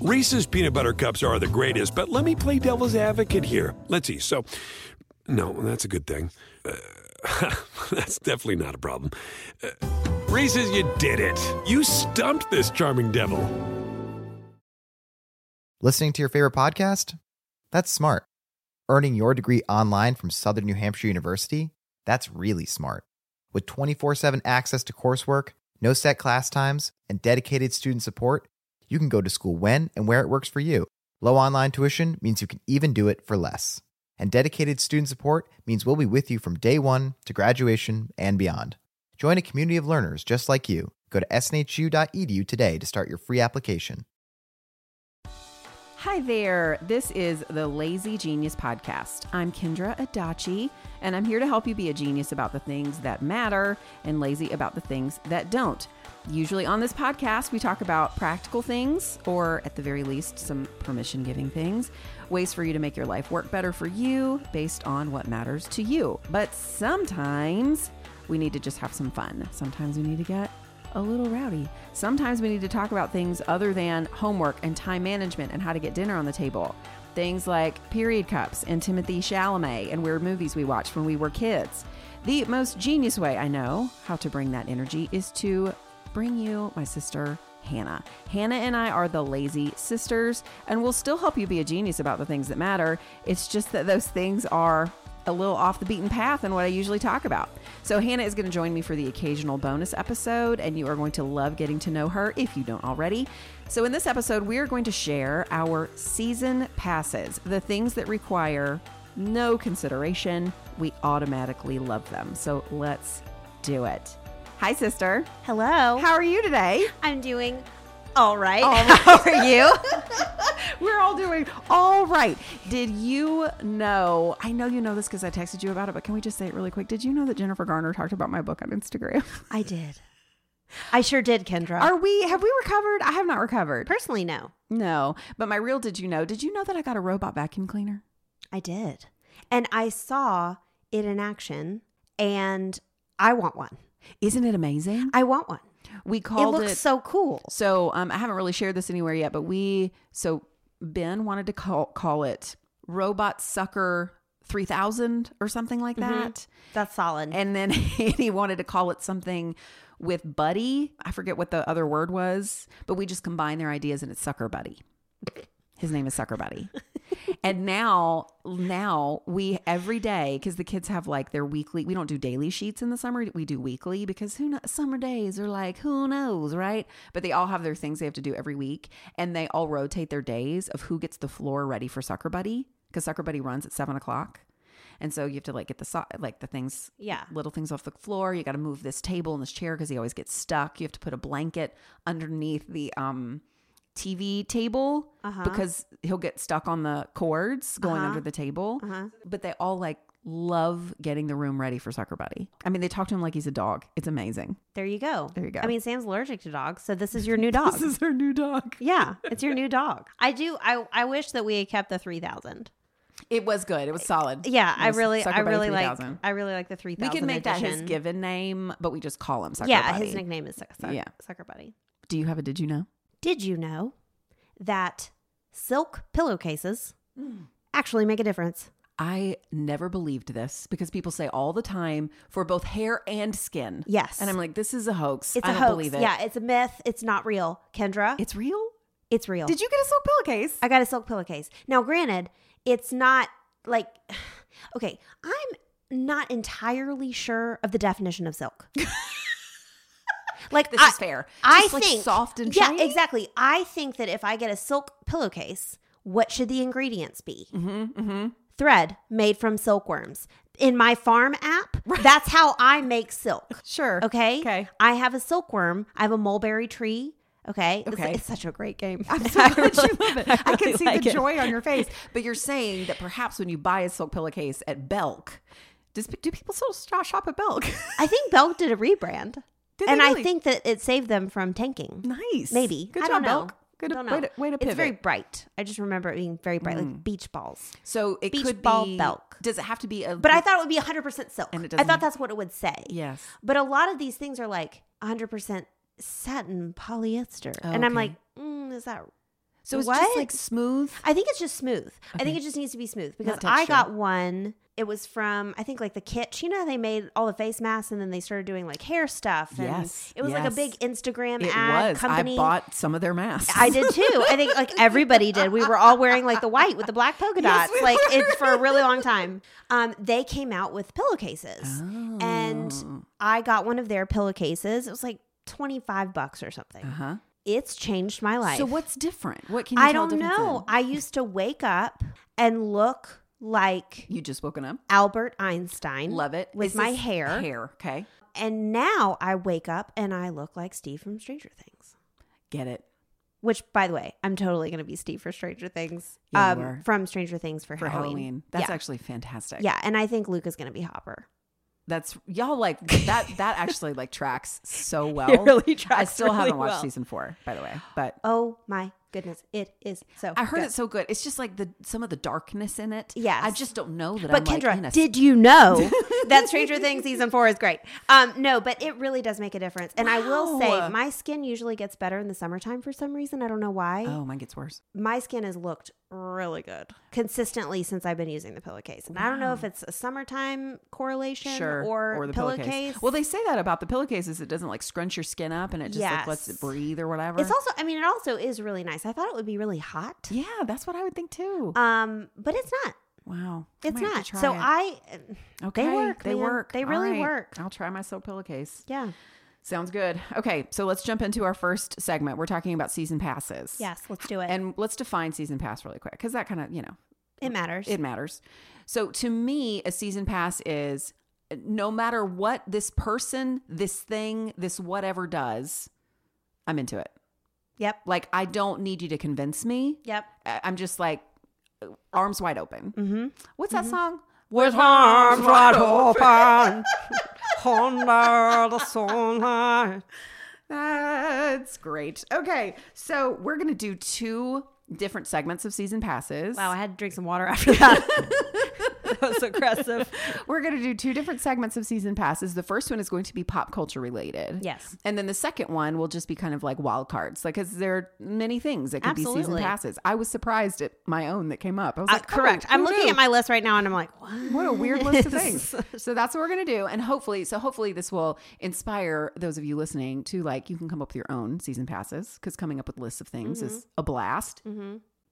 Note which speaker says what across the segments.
Speaker 1: Reese's peanut butter cups are the greatest, but let me play devil's advocate here. Let's see. So, no, that's a good thing. Uh, that's definitely not a problem. Uh, Reese's, you did it. You stumped this charming devil.
Speaker 2: Listening to your favorite podcast? That's smart. Earning your degree online from Southern New Hampshire University? That's really smart. With 24 7 access to coursework, no set class times, and dedicated student support, you can go to school when and where it works for you. Low online tuition means you can even do it for less. And dedicated student support means we'll be with you from day one to graduation and beyond. Join a community of learners just like you. Go to snhu.edu E today to start your free application.
Speaker 3: Hi there. This is the Lazy Genius Podcast. I'm Kendra Adachi, and I'm here to help you be a genius about the things that matter and lazy about the things that don't. Usually on this podcast, we talk about practical things, or at the very least, some permission giving things, ways for you to make your life work better for you based on what matters to you. But sometimes we need to just have some fun. Sometimes we need to get a little rowdy. Sometimes we need to talk about things other than homework and time management and how to get dinner on the table. Things like period cups and Timothy Chalamet and weird movies we watched when we were kids. The most genius way I know how to bring that energy is to bring you my sister, Hannah. Hannah and I are the lazy sisters, and we'll still help you be a genius about the things that matter. It's just that those things are a little off the beaten path and what I usually talk about. So, Hannah is going to join me for the occasional bonus episode, and you are going to love getting to know her if you don't already. So, in this episode, we are going to share our season passes, the things that require no consideration. We automatically love them. So, let's do it. Hi, sister.
Speaker 4: Hello.
Speaker 3: How are you today?
Speaker 4: I'm doing all right.
Speaker 3: All right. How are you? We're all doing all right. Did you know? I know you know this because I texted you about it, but can we just say it really quick? Did you know that Jennifer Garner talked about my book on Instagram?
Speaker 4: I did. I sure did, Kendra.
Speaker 3: Are we? Have we recovered? I have not recovered.
Speaker 4: Personally, no.
Speaker 3: No, but my real. Did you know? Did you know that I got a robot vacuum cleaner?
Speaker 4: I did. And I saw it in action, and I want one.
Speaker 3: Isn't it amazing?
Speaker 4: I want one.
Speaker 3: We
Speaker 4: It
Speaker 3: called it.
Speaker 4: looks so cool.
Speaker 3: So um, I haven't really shared this anywhere yet, but we so Ben wanted to call call it Robot Sucker three thousand or something like that,
Speaker 4: That's solid.
Speaker 3: and then he wanted to call it something with Buddy. I forget what the other word was, but we just combined their ideas and it's Sucker Buddy. His name is Sucker Buddy. and now now we every day because the kids have like their weekly we don't do daily sheets in the summer we do weekly because who knows summer days are like who knows right but they all have their things they have to do every week and they all rotate their days of who gets the floor ready for sucker buddy because sucker buddy runs at seven o'clock and so you have to like get the so- like the things
Speaker 4: Yeah.
Speaker 3: little things off the floor you got to move this table and this chair because he always gets stuck you have to put a blanket underneath the um TV table
Speaker 4: Uh-huh.
Speaker 3: because he'll get stuck on the cords going
Speaker 4: Uh-huh.
Speaker 3: under the table.
Speaker 4: Uh-huh.
Speaker 3: But they all like love getting the room ready for Sucker Buddy. I mean, they talk to him like he's a dog. It's amazing.
Speaker 4: There you go.
Speaker 3: There you go.
Speaker 4: I mean, Sam's allergic to dogs, so this is your new dog.
Speaker 3: is their new dog.
Speaker 4: yeah, it's your new dog. I do. I I wish that we had kept the three thousand.
Speaker 3: It was good. It was solid.
Speaker 4: Yeah,
Speaker 3: It
Speaker 4: I
Speaker 3: was
Speaker 4: really,
Speaker 3: Sucker
Speaker 4: I
Speaker 3: Buddy
Speaker 4: really like.
Speaker 3: 3000.
Speaker 4: I really like the three
Speaker 3: We
Speaker 4: thousand.
Speaker 3: could make that his
Speaker 4: edition.
Speaker 3: given name, but we just call him Sucker
Speaker 4: yeah,
Speaker 3: Buddy.
Speaker 4: his nickname is Suck- Suck-
Speaker 3: Yeah.
Speaker 4: Sucker Buddy.
Speaker 3: Do you have a did you know?
Speaker 4: Did you know that silk pillowcases
Speaker 3: Mm.
Speaker 4: actually make a difference?
Speaker 3: I never believed this because people say all the time for both hair and skin.
Speaker 4: Yes.
Speaker 3: And I'm like, this is a hoax.
Speaker 4: It's
Speaker 3: I
Speaker 4: a
Speaker 3: don't
Speaker 4: hoax.
Speaker 3: believe it.
Speaker 4: Yeah, it's a myth. It's not real, Kendra. It's,
Speaker 3: It's real?
Speaker 4: real.
Speaker 3: Did you get a silk pillowcase?
Speaker 4: I got a silk pillowcase. Now, granted, it's not like okay. I'm not entirely sure of the definition of silk. like
Speaker 3: This
Speaker 4: I,
Speaker 3: is fair.
Speaker 4: I
Speaker 3: Just, like,
Speaker 4: think
Speaker 3: soft and
Speaker 4: yeah,
Speaker 3: shiny?
Speaker 4: exactly. I think that if I get a silk pillowcase, what should the ingredients be?
Speaker 3: Mm-hmm, mm-hmm.
Speaker 4: Thread made from silkworms. In my farm app, that's how I make silk.
Speaker 3: Sure.
Speaker 4: Okay.
Speaker 3: Okay.
Speaker 4: I have a silkworm. I have a mulberry tree. Okay. It's-
Speaker 3: Okay.
Speaker 4: It's, such a great game.
Speaker 3: I'm so glad you
Speaker 4: really-
Speaker 3: love it. I, can
Speaker 4: really
Speaker 3: see
Speaker 4: like
Speaker 3: the
Speaker 4: it.
Speaker 3: joy on your face. But you're saying that perhaps when you buy a silk pillowcase at Belk, does, do people still sh- shop at Belk?
Speaker 4: I think Belk did a rebrand.
Speaker 3: Did they
Speaker 4: and
Speaker 3: really?
Speaker 4: I think that it saved them from tanking.
Speaker 3: nice.
Speaker 4: Maybe.
Speaker 3: Good
Speaker 4: I
Speaker 3: job,
Speaker 4: don't know.
Speaker 3: Belk. Good
Speaker 4: Don't
Speaker 3: way
Speaker 4: know.
Speaker 3: to, way to pivot. Mm.
Speaker 4: It's very bright. I just remember it being very bright, like beach balls.
Speaker 3: so it
Speaker 4: beach
Speaker 3: could
Speaker 4: ball
Speaker 3: be
Speaker 4: Belk.
Speaker 3: Does it have to be a?
Speaker 4: But I thought it would be 100% silk.
Speaker 3: And it
Speaker 4: I
Speaker 3: doesn't-
Speaker 4: thought that's what it would say.
Speaker 3: yes.
Speaker 4: But a lot of these things are like 100% satin polyester.
Speaker 3: Oh,
Speaker 4: and I'm
Speaker 3: okay.
Speaker 4: like, mm, is that
Speaker 3: So it's
Speaker 4: What?
Speaker 3: just like smooth.
Speaker 4: I think it's just smooth. I
Speaker 3: Okay.
Speaker 4: think it just needs to be smooth because
Speaker 3: Not
Speaker 4: I
Speaker 3: texture.
Speaker 4: got one. It was from I think like the kitsch. You know how they made all the face masks and then they started doing like hair stuff. And
Speaker 3: Yes,
Speaker 4: It was like
Speaker 3: yes.
Speaker 4: a big Instagram
Speaker 3: It
Speaker 4: ad
Speaker 3: was.
Speaker 4: company.
Speaker 3: I bought some of their masks.
Speaker 4: I did too. I think like everybody did. We were all wearing like the white with the black polka
Speaker 3: Yes,
Speaker 4: dots.
Speaker 3: we
Speaker 4: like
Speaker 3: were.
Speaker 4: it's for a really long time. Um, they came out with pillowcases,
Speaker 3: Oh.
Speaker 4: and I got one of their pillowcases. It was like twenty five bucks or something.
Speaker 3: Uh-huh.
Speaker 4: It's changed my life.
Speaker 3: So what's different? What can you
Speaker 4: I
Speaker 3: tell
Speaker 4: don't
Speaker 3: difference
Speaker 4: know.
Speaker 3: in?
Speaker 4: I used to wake up and look like
Speaker 3: you just woken up.
Speaker 4: Albert Einstein.
Speaker 3: Love it.
Speaker 4: With
Speaker 3: It's
Speaker 4: my
Speaker 3: just
Speaker 4: hair.
Speaker 3: Hair. Okay.
Speaker 4: And now I wake up and I look like Steve from Stranger Things.
Speaker 3: Get it.
Speaker 4: Which, by the way, I'm totally going to be Steve for Stranger Things. um,
Speaker 3: Yeah, you are.
Speaker 4: from Stranger Things for,
Speaker 3: For
Speaker 4: Halloween.
Speaker 3: Halloween. That's
Speaker 4: yeah.
Speaker 3: actually fantastic.
Speaker 4: Yeah, and I think Luke is going to be Hopper.
Speaker 3: That's y'all like that that actually like tracks so well.
Speaker 4: It really
Speaker 3: I
Speaker 4: tracks
Speaker 3: still
Speaker 4: really
Speaker 3: haven't watched
Speaker 4: well.
Speaker 3: season four, by the way. But
Speaker 4: Oh my goodness, it is so.
Speaker 3: I heard
Speaker 4: good.
Speaker 3: it's so good. It's just like the some of the darkness in it.
Speaker 4: Yes.
Speaker 3: I just don't know that
Speaker 4: But
Speaker 3: I'm
Speaker 4: Kendra,
Speaker 3: like in a
Speaker 4: did you know that Stranger Things season four is great? Um, no, but it really does make a difference. And I
Speaker 3: Wow.
Speaker 4: will say, my skin usually gets better in the summertime for some reason. I don't know why.
Speaker 3: Oh, mine gets worse.
Speaker 4: My skin has looked really good consistently since I've been using the pillowcase. And I don't know if it's a summertime correlation
Speaker 3: Sure.
Speaker 4: or, the pillowcase.
Speaker 3: Well, they say that about the pillowcases. It doesn't like scrunch your skin up and it just like lets
Speaker 4: Yes.
Speaker 3: it breathe or whatever.
Speaker 4: it's also, I mean, it also is really nice. I thought it would be really hot,
Speaker 3: yeah, that's what I would think too.
Speaker 4: um, but it's not.
Speaker 3: wow. I
Speaker 4: It's
Speaker 3: might have to
Speaker 4: not.
Speaker 3: try
Speaker 4: So
Speaker 3: it.
Speaker 4: I,
Speaker 3: Okay.
Speaker 4: work,
Speaker 3: They
Speaker 4: man.
Speaker 3: work.
Speaker 4: They
Speaker 3: All
Speaker 4: really
Speaker 3: right.
Speaker 4: work.
Speaker 3: I'll try my soap pillowcase.
Speaker 4: yeah,
Speaker 3: Sounds good. Okay, so let's jump into our first segment. We're talking about season passes.
Speaker 4: yes, let's do it.
Speaker 3: And let's define season pass really quick because that kind of, you know,
Speaker 4: it matters.
Speaker 3: it matters. So to me, a season pass is uh, no matter what this person, this thing, this whatever does, I'm into it.
Speaker 4: yep,
Speaker 3: Like, I don't need you to convince me.
Speaker 4: yep.
Speaker 3: I- I'm just like, uh, arms wide open.
Speaker 4: Mm-hmm.
Speaker 3: What's that song?
Speaker 5: with arms wide open under the sunlight.
Speaker 3: That's great. Okay, so we're gonna do two different segments of season passes.
Speaker 4: Wow, Oh, I had to drink some water after that. that was aggressive.
Speaker 3: We're gonna do two different segments of season passes. The first one is going to be pop culture related.
Speaker 4: Yes.
Speaker 3: And then the second one will just be kind of like wild cards, like because there are many things that could be season
Speaker 4: Absolutely.
Speaker 3: passes. I was surprised at my own that came up. I was
Speaker 4: Uh,
Speaker 3: like,
Speaker 4: correct.
Speaker 3: oh,
Speaker 4: I'm
Speaker 3: who
Speaker 4: looking
Speaker 3: knew?
Speaker 4: at my list right now and I'm like, what?
Speaker 3: What a weird list of
Speaker 4: is-
Speaker 3: things. So that's what we're going to do. And hopefully, so hopefully this will inspire those of you listening to like, you can come up with your own season passes because coming up with lists of things is a blast.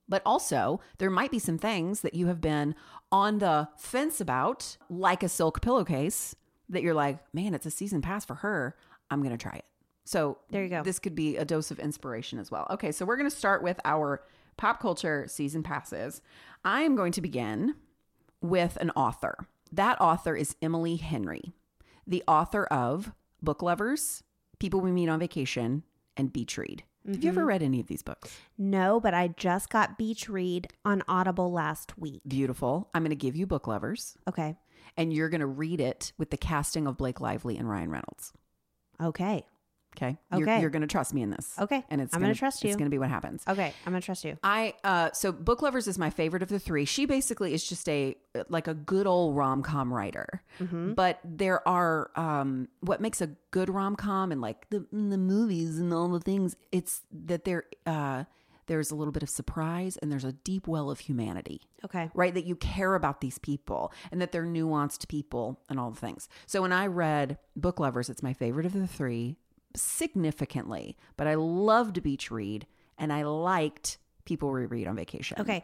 Speaker 3: But also, there might be some things that you have been on the fence about, like a silk pillowcase, that you're like, man, it's a season pass for her. I'm going to try it. So
Speaker 4: There you go.
Speaker 3: This could be a dose of inspiration as well. Okay, so we're going to start with our pop culture season passes. I am going to begin with an author. That author is Emily Henry, the author of Book Lovers, People We Meet on Vacation, and Beach Read. Have you ever
Speaker 4: Mm-hmm.
Speaker 3: read any of these books?
Speaker 4: No, but I just got Beach Read on Audible last week.
Speaker 3: Beautiful. I'm going to give you Book Lovers,
Speaker 4: Okay.
Speaker 3: and you're going to read it with the casting of Blake Lively and Ryan Reynolds.
Speaker 4: Okay.
Speaker 3: Okay. You're- You're,
Speaker 4: Okay.
Speaker 3: going to trust me in this.
Speaker 4: Okay.
Speaker 3: And it's
Speaker 4: I'm
Speaker 3: going
Speaker 4: gonna
Speaker 3: to
Speaker 4: trust
Speaker 3: It's
Speaker 4: you.
Speaker 3: going to be what happens.
Speaker 4: Okay. I'm going to trust you.
Speaker 3: I uh so book lovers is my favorite of the three. She basically is just a like a good old rom-com writer.
Speaker 4: Mm-hmm. Hmm?
Speaker 3: But there are um what makes a good rom-com and like the and the movies and all the things it's that there uh there's a little bit of surprise and there's a deep well of humanity
Speaker 4: Okay.
Speaker 3: right? That you care about these people and that they're nuanced people and all the things. So when I read Book Lovers, it's my favorite of the three significantly, but I loved Beach Read and I liked People We Read on Vacation.
Speaker 4: Okay.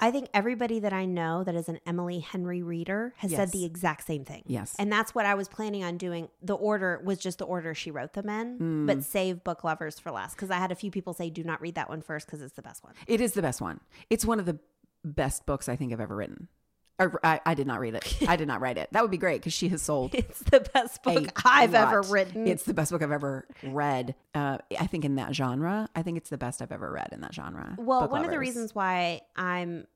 Speaker 4: I think everybody that I know that is an Emily Henry reader has
Speaker 3: Yes.
Speaker 4: said the exact same thing.
Speaker 3: Yes.
Speaker 4: And that's what I was planning on doing. The order was just the order she wrote them in, but
Speaker 3: Mm.
Speaker 4: save book lovers for last because I had a few people say, do not read that one first because it's the best one.
Speaker 3: It is the best one. It's one of the best books I think I've ever written. Or, I, I did not read it. I did not write it. That would be great because she has sold
Speaker 4: It's the best book
Speaker 3: i
Speaker 4: I've ever written.
Speaker 3: It's the best book I've ever read. Uh, I think in that genre, I think it's the best I've ever read in that genre.
Speaker 4: well,
Speaker 3: Book
Speaker 4: one of the
Speaker 3: lovers.
Speaker 4: reasons why I'm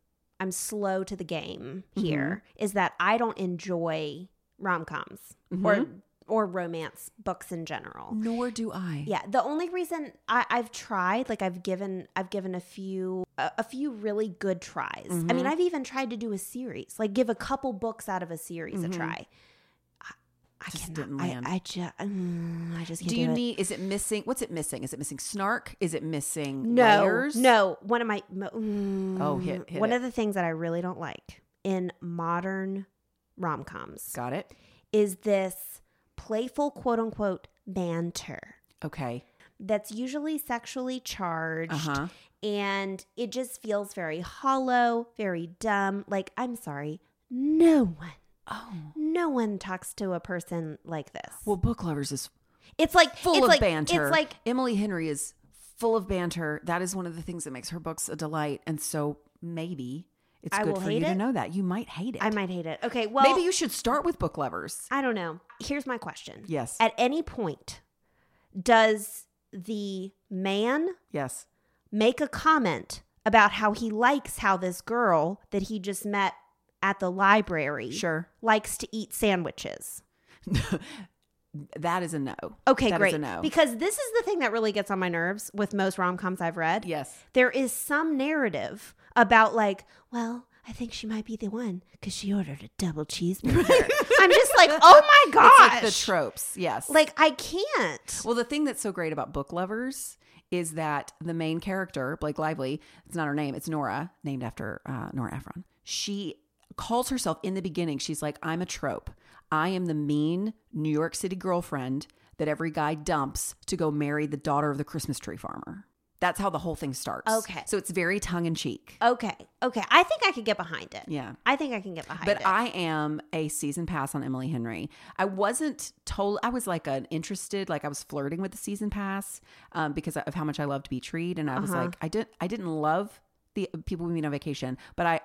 Speaker 4: I'm slow to the game
Speaker 3: Mm-hmm.
Speaker 4: here is that I don't enjoy rom-coms
Speaker 3: Mm-hmm.
Speaker 4: or or romance books in general.
Speaker 3: Nor do I.
Speaker 4: Yeah, the only reason I, I've tried, like I've given, I've given a few, a, a few really good tries. I
Speaker 3: Mm-hmm.
Speaker 4: mean, I've even tried to do a series, like give a couple books out of a series a try. I- I
Speaker 3: Mm-hmm. Just
Speaker 4: cannot-
Speaker 3: didn't
Speaker 4: I-
Speaker 3: land.
Speaker 4: I, just, I just can't
Speaker 3: Do you
Speaker 4: it.
Speaker 3: need? Is it missing? What's it missing? Is it missing snark? Is it missing
Speaker 4: no,
Speaker 3: layers?
Speaker 4: No, one of my mo- mm,
Speaker 3: Oh, hit- hit
Speaker 4: one
Speaker 3: it.
Speaker 4: of the things that I really don't like in modern rom coms
Speaker 3: Got it.
Speaker 4: is this playful quote unquote banter
Speaker 3: Okay.
Speaker 4: that's usually sexually charged
Speaker 3: Uh huh.
Speaker 4: and it just feels very hollow, very dumb. Like I'm sorry, no one,
Speaker 3: Oh.
Speaker 4: no one talks to a person like this.
Speaker 3: Well, book lovers is
Speaker 4: it's like
Speaker 3: full
Speaker 4: it's
Speaker 3: of
Speaker 4: like,
Speaker 3: banter.
Speaker 4: It's like
Speaker 3: Emily Henry is full of banter. That is one of the things that makes her books a delight. And so maybe it's
Speaker 4: I
Speaker 3: good
Speaker 4: will
Speaker 3: for
Speaker 4: hate
Speaker 3: you to
Speaker 4: it.
Speaker 3: know that. You might hate it.
Speaker 4: I might hate it. Okay, well
Speaker 3: maybe you should start with book lovers.
Speaker 4: I don't know. Here's my question.
Speaker 3: Yes.
Speaker 4: At any point, does the man
Speaker 3: yes.
Speaker 4: make a comment about how he likes how this girl that he just met at the library
Speaker 3: Sure.
Speaker 4: likes to eat sandwiches?
Speaker 3: that is a no.
Speaker 4: Okay,
Speaker 3: That is
Speaker 4: great.
Speaker 3: a no.
Speaker 4: Because this is the thing that really gets on my nerves with most rom coms I've read.
Speaker 3: yes.
Speaker 4: There is some narrative about, like, well, I think she might be the one because she ordered a double cheeseburger. I'm just like, oh my
Speaker 3: It's
Speaker 4: gosh.
Speaker 3: like the tropes. Yes.
Speaker 4: Like I can't.
Speaker 3: Well, the thing that's so great about book lovers is that the main character, Blake Lively, it's not her name, it's Nora, named after uh, Nora Ephron. She calls herself in the beginning, she's like, I'm a trope. I am the mean New York City girlfriend that every guy dumps to go marry the daughter of the Christmas tree farmer. That's how the whole thing starts.
Speaker 4: Okay.
Speaker 3: So it's very tongue in cheek.
Speaker 4: Okay. Okay. I think I could get behind it.
Speaker 3: Yeah.
Speaker 4: I think I can get behind
Speaker 3: But
Speaker 4: it.
Speaker 3: I am a season pass on Emily Henry. I wasn't told. I was like an interested, like I was flirting with the season pass um, because of how much I loved Beach Read, and I was
Speaker 4: Uh-huh.
Speaker 3: like, I didn't, I didn't love the people we meet on vacation, but I.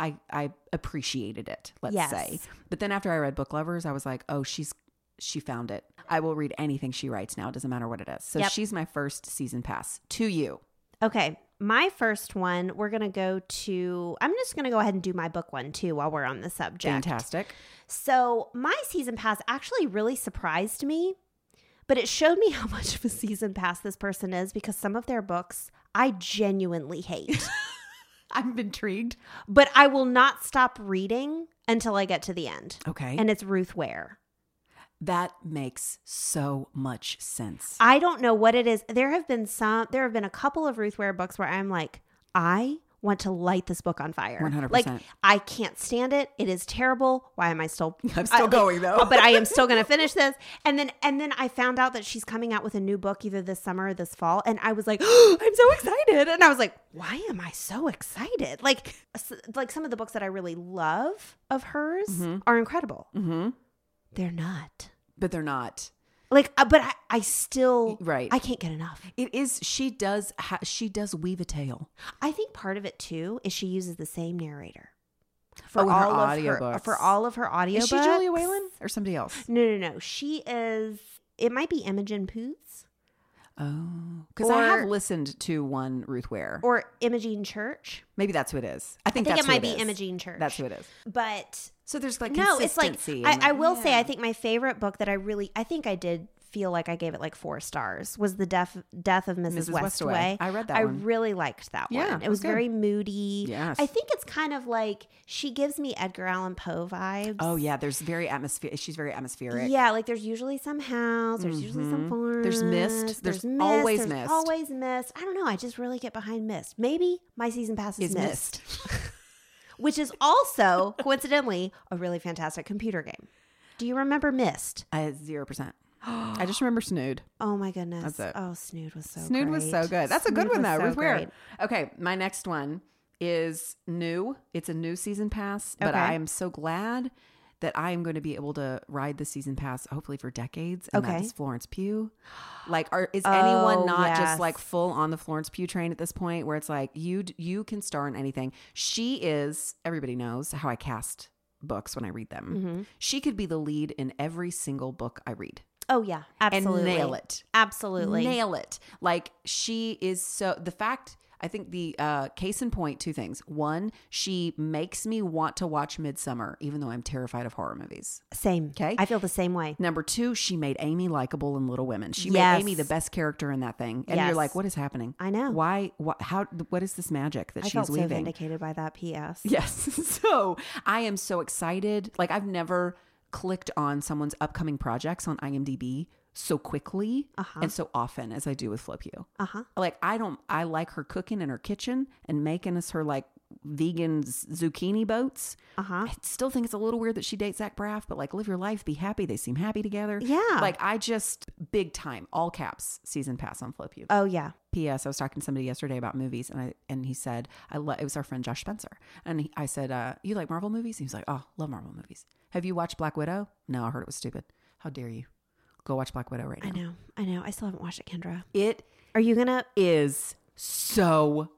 Speaker 3: I, I appreciated it, let's
Speaker 4: Yes.
Speaker 3: say. But then after I read Book Lovers, I was like, oh, she's she found it. I will read anything she writes now. It doesn't matter what it is. So
Speaker 4: Yep.
Speaker 3: she's my first season pass to you.
Speaker 4: okay. My first one, we're going to go to, I'm just going to go ahead and do my book one too while we're on the subject.
Speaker 3: Fantastic.
Speaker 4: So my season pass actually really surprised me, but it showed me how much of a season pass this person is because some of their books I genuinely hate,
Speaker 3: I'm intrigued.
Speaker 4: but I will not stop reading until I get to the end.
Speaker 3: Okay.
Speaker 4: And it's Ruth Ware.
Speaker 3: That makes so much sense.
Speaker 4: I don't know what it is. There have been some, there have been a couple of Ruth Ware books where I'm like, I want to light this book on fire.
Speaker 3: 100%.
Speaker 4: Like, I can't stand it. It is terrible. Why am I still?
Speaker 3: I'm still
Speaker 4: I-
Speaker 3: going, though.
Speaker 4: but I am still going to finish this. And then, and then I found out that she's coming out with a new book either this summer or this fall, and I was like, I'm so excited. And I was like, Why am I so excited? Like, s- like some of the books that I really love of hers are incredible.
Speaker 3: Mm-hmm.
Speaker 4: They're not.
Speaker 3: But they're not.
Speaker 4: Like, uh, but I, I still,
Speaker 3: Right.
Speaker 4: I can't get enough.
Speaker 3: It is. She does. Ha- she does weave a tale.
Speaker 4: I think part of it too is she uses the same narrator for
Speaker 3: Oh, in her
Speaker 4: all of her
Speaker 3: audiobooks.
Speaker 4: for all of her audiobooks.
Speaker 3: Is she Julia Whalen or somebody else?
Speaker 4: No, no, no. She is. It might be Imogen Poots
Speaker 3: Oh, because I have
Speaker 4: Or-
Speaker 3: listened to one Ruth Ware. Or
Speaker 4: or Imogene Church.
Speaker 3: maybe that's who it is. I
Speaker 4: I
Speaker 3: think,
Speaker 4: think
Speaker 3: that's
Speaker 4: it
Speaker 3: who
Speaker 4: might be
Speaker 3: is.
Speaker 4: Imogene Church.
Speaker 3: That's who it is.
Speaker 4: But
Speaker 3: So there's like
Speaker 4: no, it's like
Speaker 3: consistency and,
Speaker 4: I, I will say
Speaker 3: Yeah.
Speaker 4: I think my favorite book that I really I think I did feel like I gave it like four stars was the death death of
Speaker 3: Mrs.
Speaker 4: Mrs. Westaway.
Speaker 3: Westaway. I read that
Speaker 4: I
Speaker 3: one.
Speaker 4: really liked that
Speaker 3: Yeah,
Speaker 4: one. It
Speaker 3: it
Speaker 4: was
Speaker 3: was good.
Speaker 4: very moody.
Speaker 3: Yes.
Speaker 4: I think it's kind of like she gives me Edgar Allan Poe vibes.
Speaker 3: Oh yeah, there's very atmosphere. She's very atmospheric.
Speaker 4: Yeah, like there's usually some house, there's usually some farm.
Speaker 3: Mm-hmm. There's mist. There's always mist.
Speaker 4: Always mist. I don't know. I just really get behind mist. Maybe my season pass is
Speaker 3: Is
Speaker 4: mist, which is also coincidentally a really fantastic computer game. Do you remember Mist?
Speaker 3: Uh, Zero percent. I just remember snood.
Speaker 4: Oh my goodness.
Speaker 3: That's it.
Speaker 4: Oh, Snood was so
Speaker 3: Snood was so
Speaker 4: great.
Speaker 3: good. That's a good one
Speaker 4: Snood was
Speaker 3: though.
Speaker 4: so
Speaker 3: Ruth Ware.
Speaker 4: great.
Speaker 3: Okay, my next one is new. It's a new season pass, but
Speaker 4: Okay.
Speaker 3: I am so glad that I am going to be able to ride the season pass hopefully for decades. And that
Speaker 4: Okay.
Speaker 3: is Florence Pugh. Like, are, is anyone
Speaker 4: Oh,
Speaker 3: not
Speaker 4: yes.
Speaker 3: just like full on the Florence Pugh train at this point, where it's like you d- you can star in anything? She is. Everybody knows how I cast books when I read them.
Speaker 4: Mm-hmm.
Speaker 3: She could be the lead in every single book I read
Speaker 4: Oh yeah, absolutely.
Speaker 3: and nail it
Speaker 4: Absolutely.
Speaker 3: nail it like she is so the fact i think the uh case in point two things one she makes me want to watch midsummer even though i'm terrified of horror movies
Speaker 4: Same.
Speaker 3: Okay.
Speaker 4: I feel the same way.
Speaker 3: number two she made amy likable in little women she
Speaker 4: Yes.
Speaker 3: made amy the best character in that thing and
Speaker 4: Yes.
Speaker 3: you're like what is happening
Speaker 4: I know.
Speaker 3: why what how what is this magic that
Speaker 4: I
Speaker 3: she's
Speaker 4: felt so
Speaker 3: weaving
Speaker 4: vindicated by that PS.
Speaker 3: Yes. So I am so excited. Like I've never clicked on someone's upcoming projects on IMDb so quickly
Speaker 4: Uh-huh.
Speaker 3: and so often as I do with Flip You.
Speaker 4: Uh huh.
Speaker 3: Like I don't I like her cooking in her kitchen and making us her like vegan z- zucchini boats.
Speaker 4: Uh huh.
Speaker 3: I still think it's a little weird that she dates Zach Braff, but like live your life, be happy. They seem happy together.
Speaker 4: Yeah.
Speaker 3: Like I just big time, all caps, season pass on Flip You.
Speaker 4: Oh yeah.
Speaker 3: P.S. I was talking to somebody yesterday about movies, and I and he said I lo- it was our friend Josh Spencer, and he, I said uh, you like Marvel movies? He was like, oh, love Marvel movies. Have you watched Black Widow? No, I heard it was stupid. How dare you? Go watch Black Widow right now.
Speaker 4: I know. I know. I still haven't watched it, Kendra.
Speaker 3: It
Speaker 4: Are you gonna?
Speaker 3: is so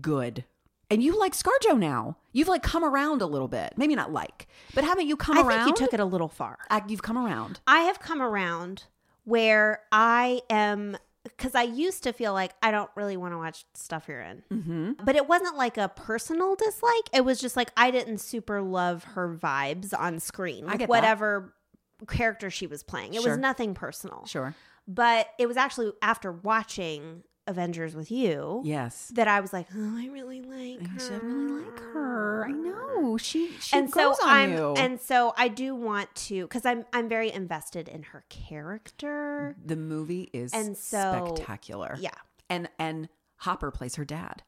Speaker 3: good. And you like ScarJo now. You've like come around a little bit. Maybe not like, but haven't you come
Speaker 4: I
Speaker 3: around?
Speaker 4: think you took it a little far.
Speaker 3: I, you've come around.
Speaker 4: I have come around where I am because I used to feel like I don't really want to watch stuff you're in.
Speaker 3: Mm-hmm.
Speaker 4: But it wasn't like a personal dislike. It was just like I didn't super love her vibes on screen. Like
Speaker 3: get that.
Speaker 4: whatever character she was playing. It
Speaker 3: Sure.
Speaker 4: was nothing personal.
Speaker 3: Sure.
Speaker 4: But it was actually after watching Avengers with you
Speaker 3: Yes.
Speaker 4: that I was like, oh, I really like her.
Speaker 3: I really like her. I know she. she
Speaker 4: and so
Speaker 3: goes on
Speaker 4: I'm,
Speaker 3: you.
Speaker 4: and so I do want to because I'm I'm very invested in her character.
Speaker 3: the movie is
Speaker 4: And so-
Speaker 3: spectacular.
Speaker 4: Yeah.
Speaker 3: And and Hopper plays her dad.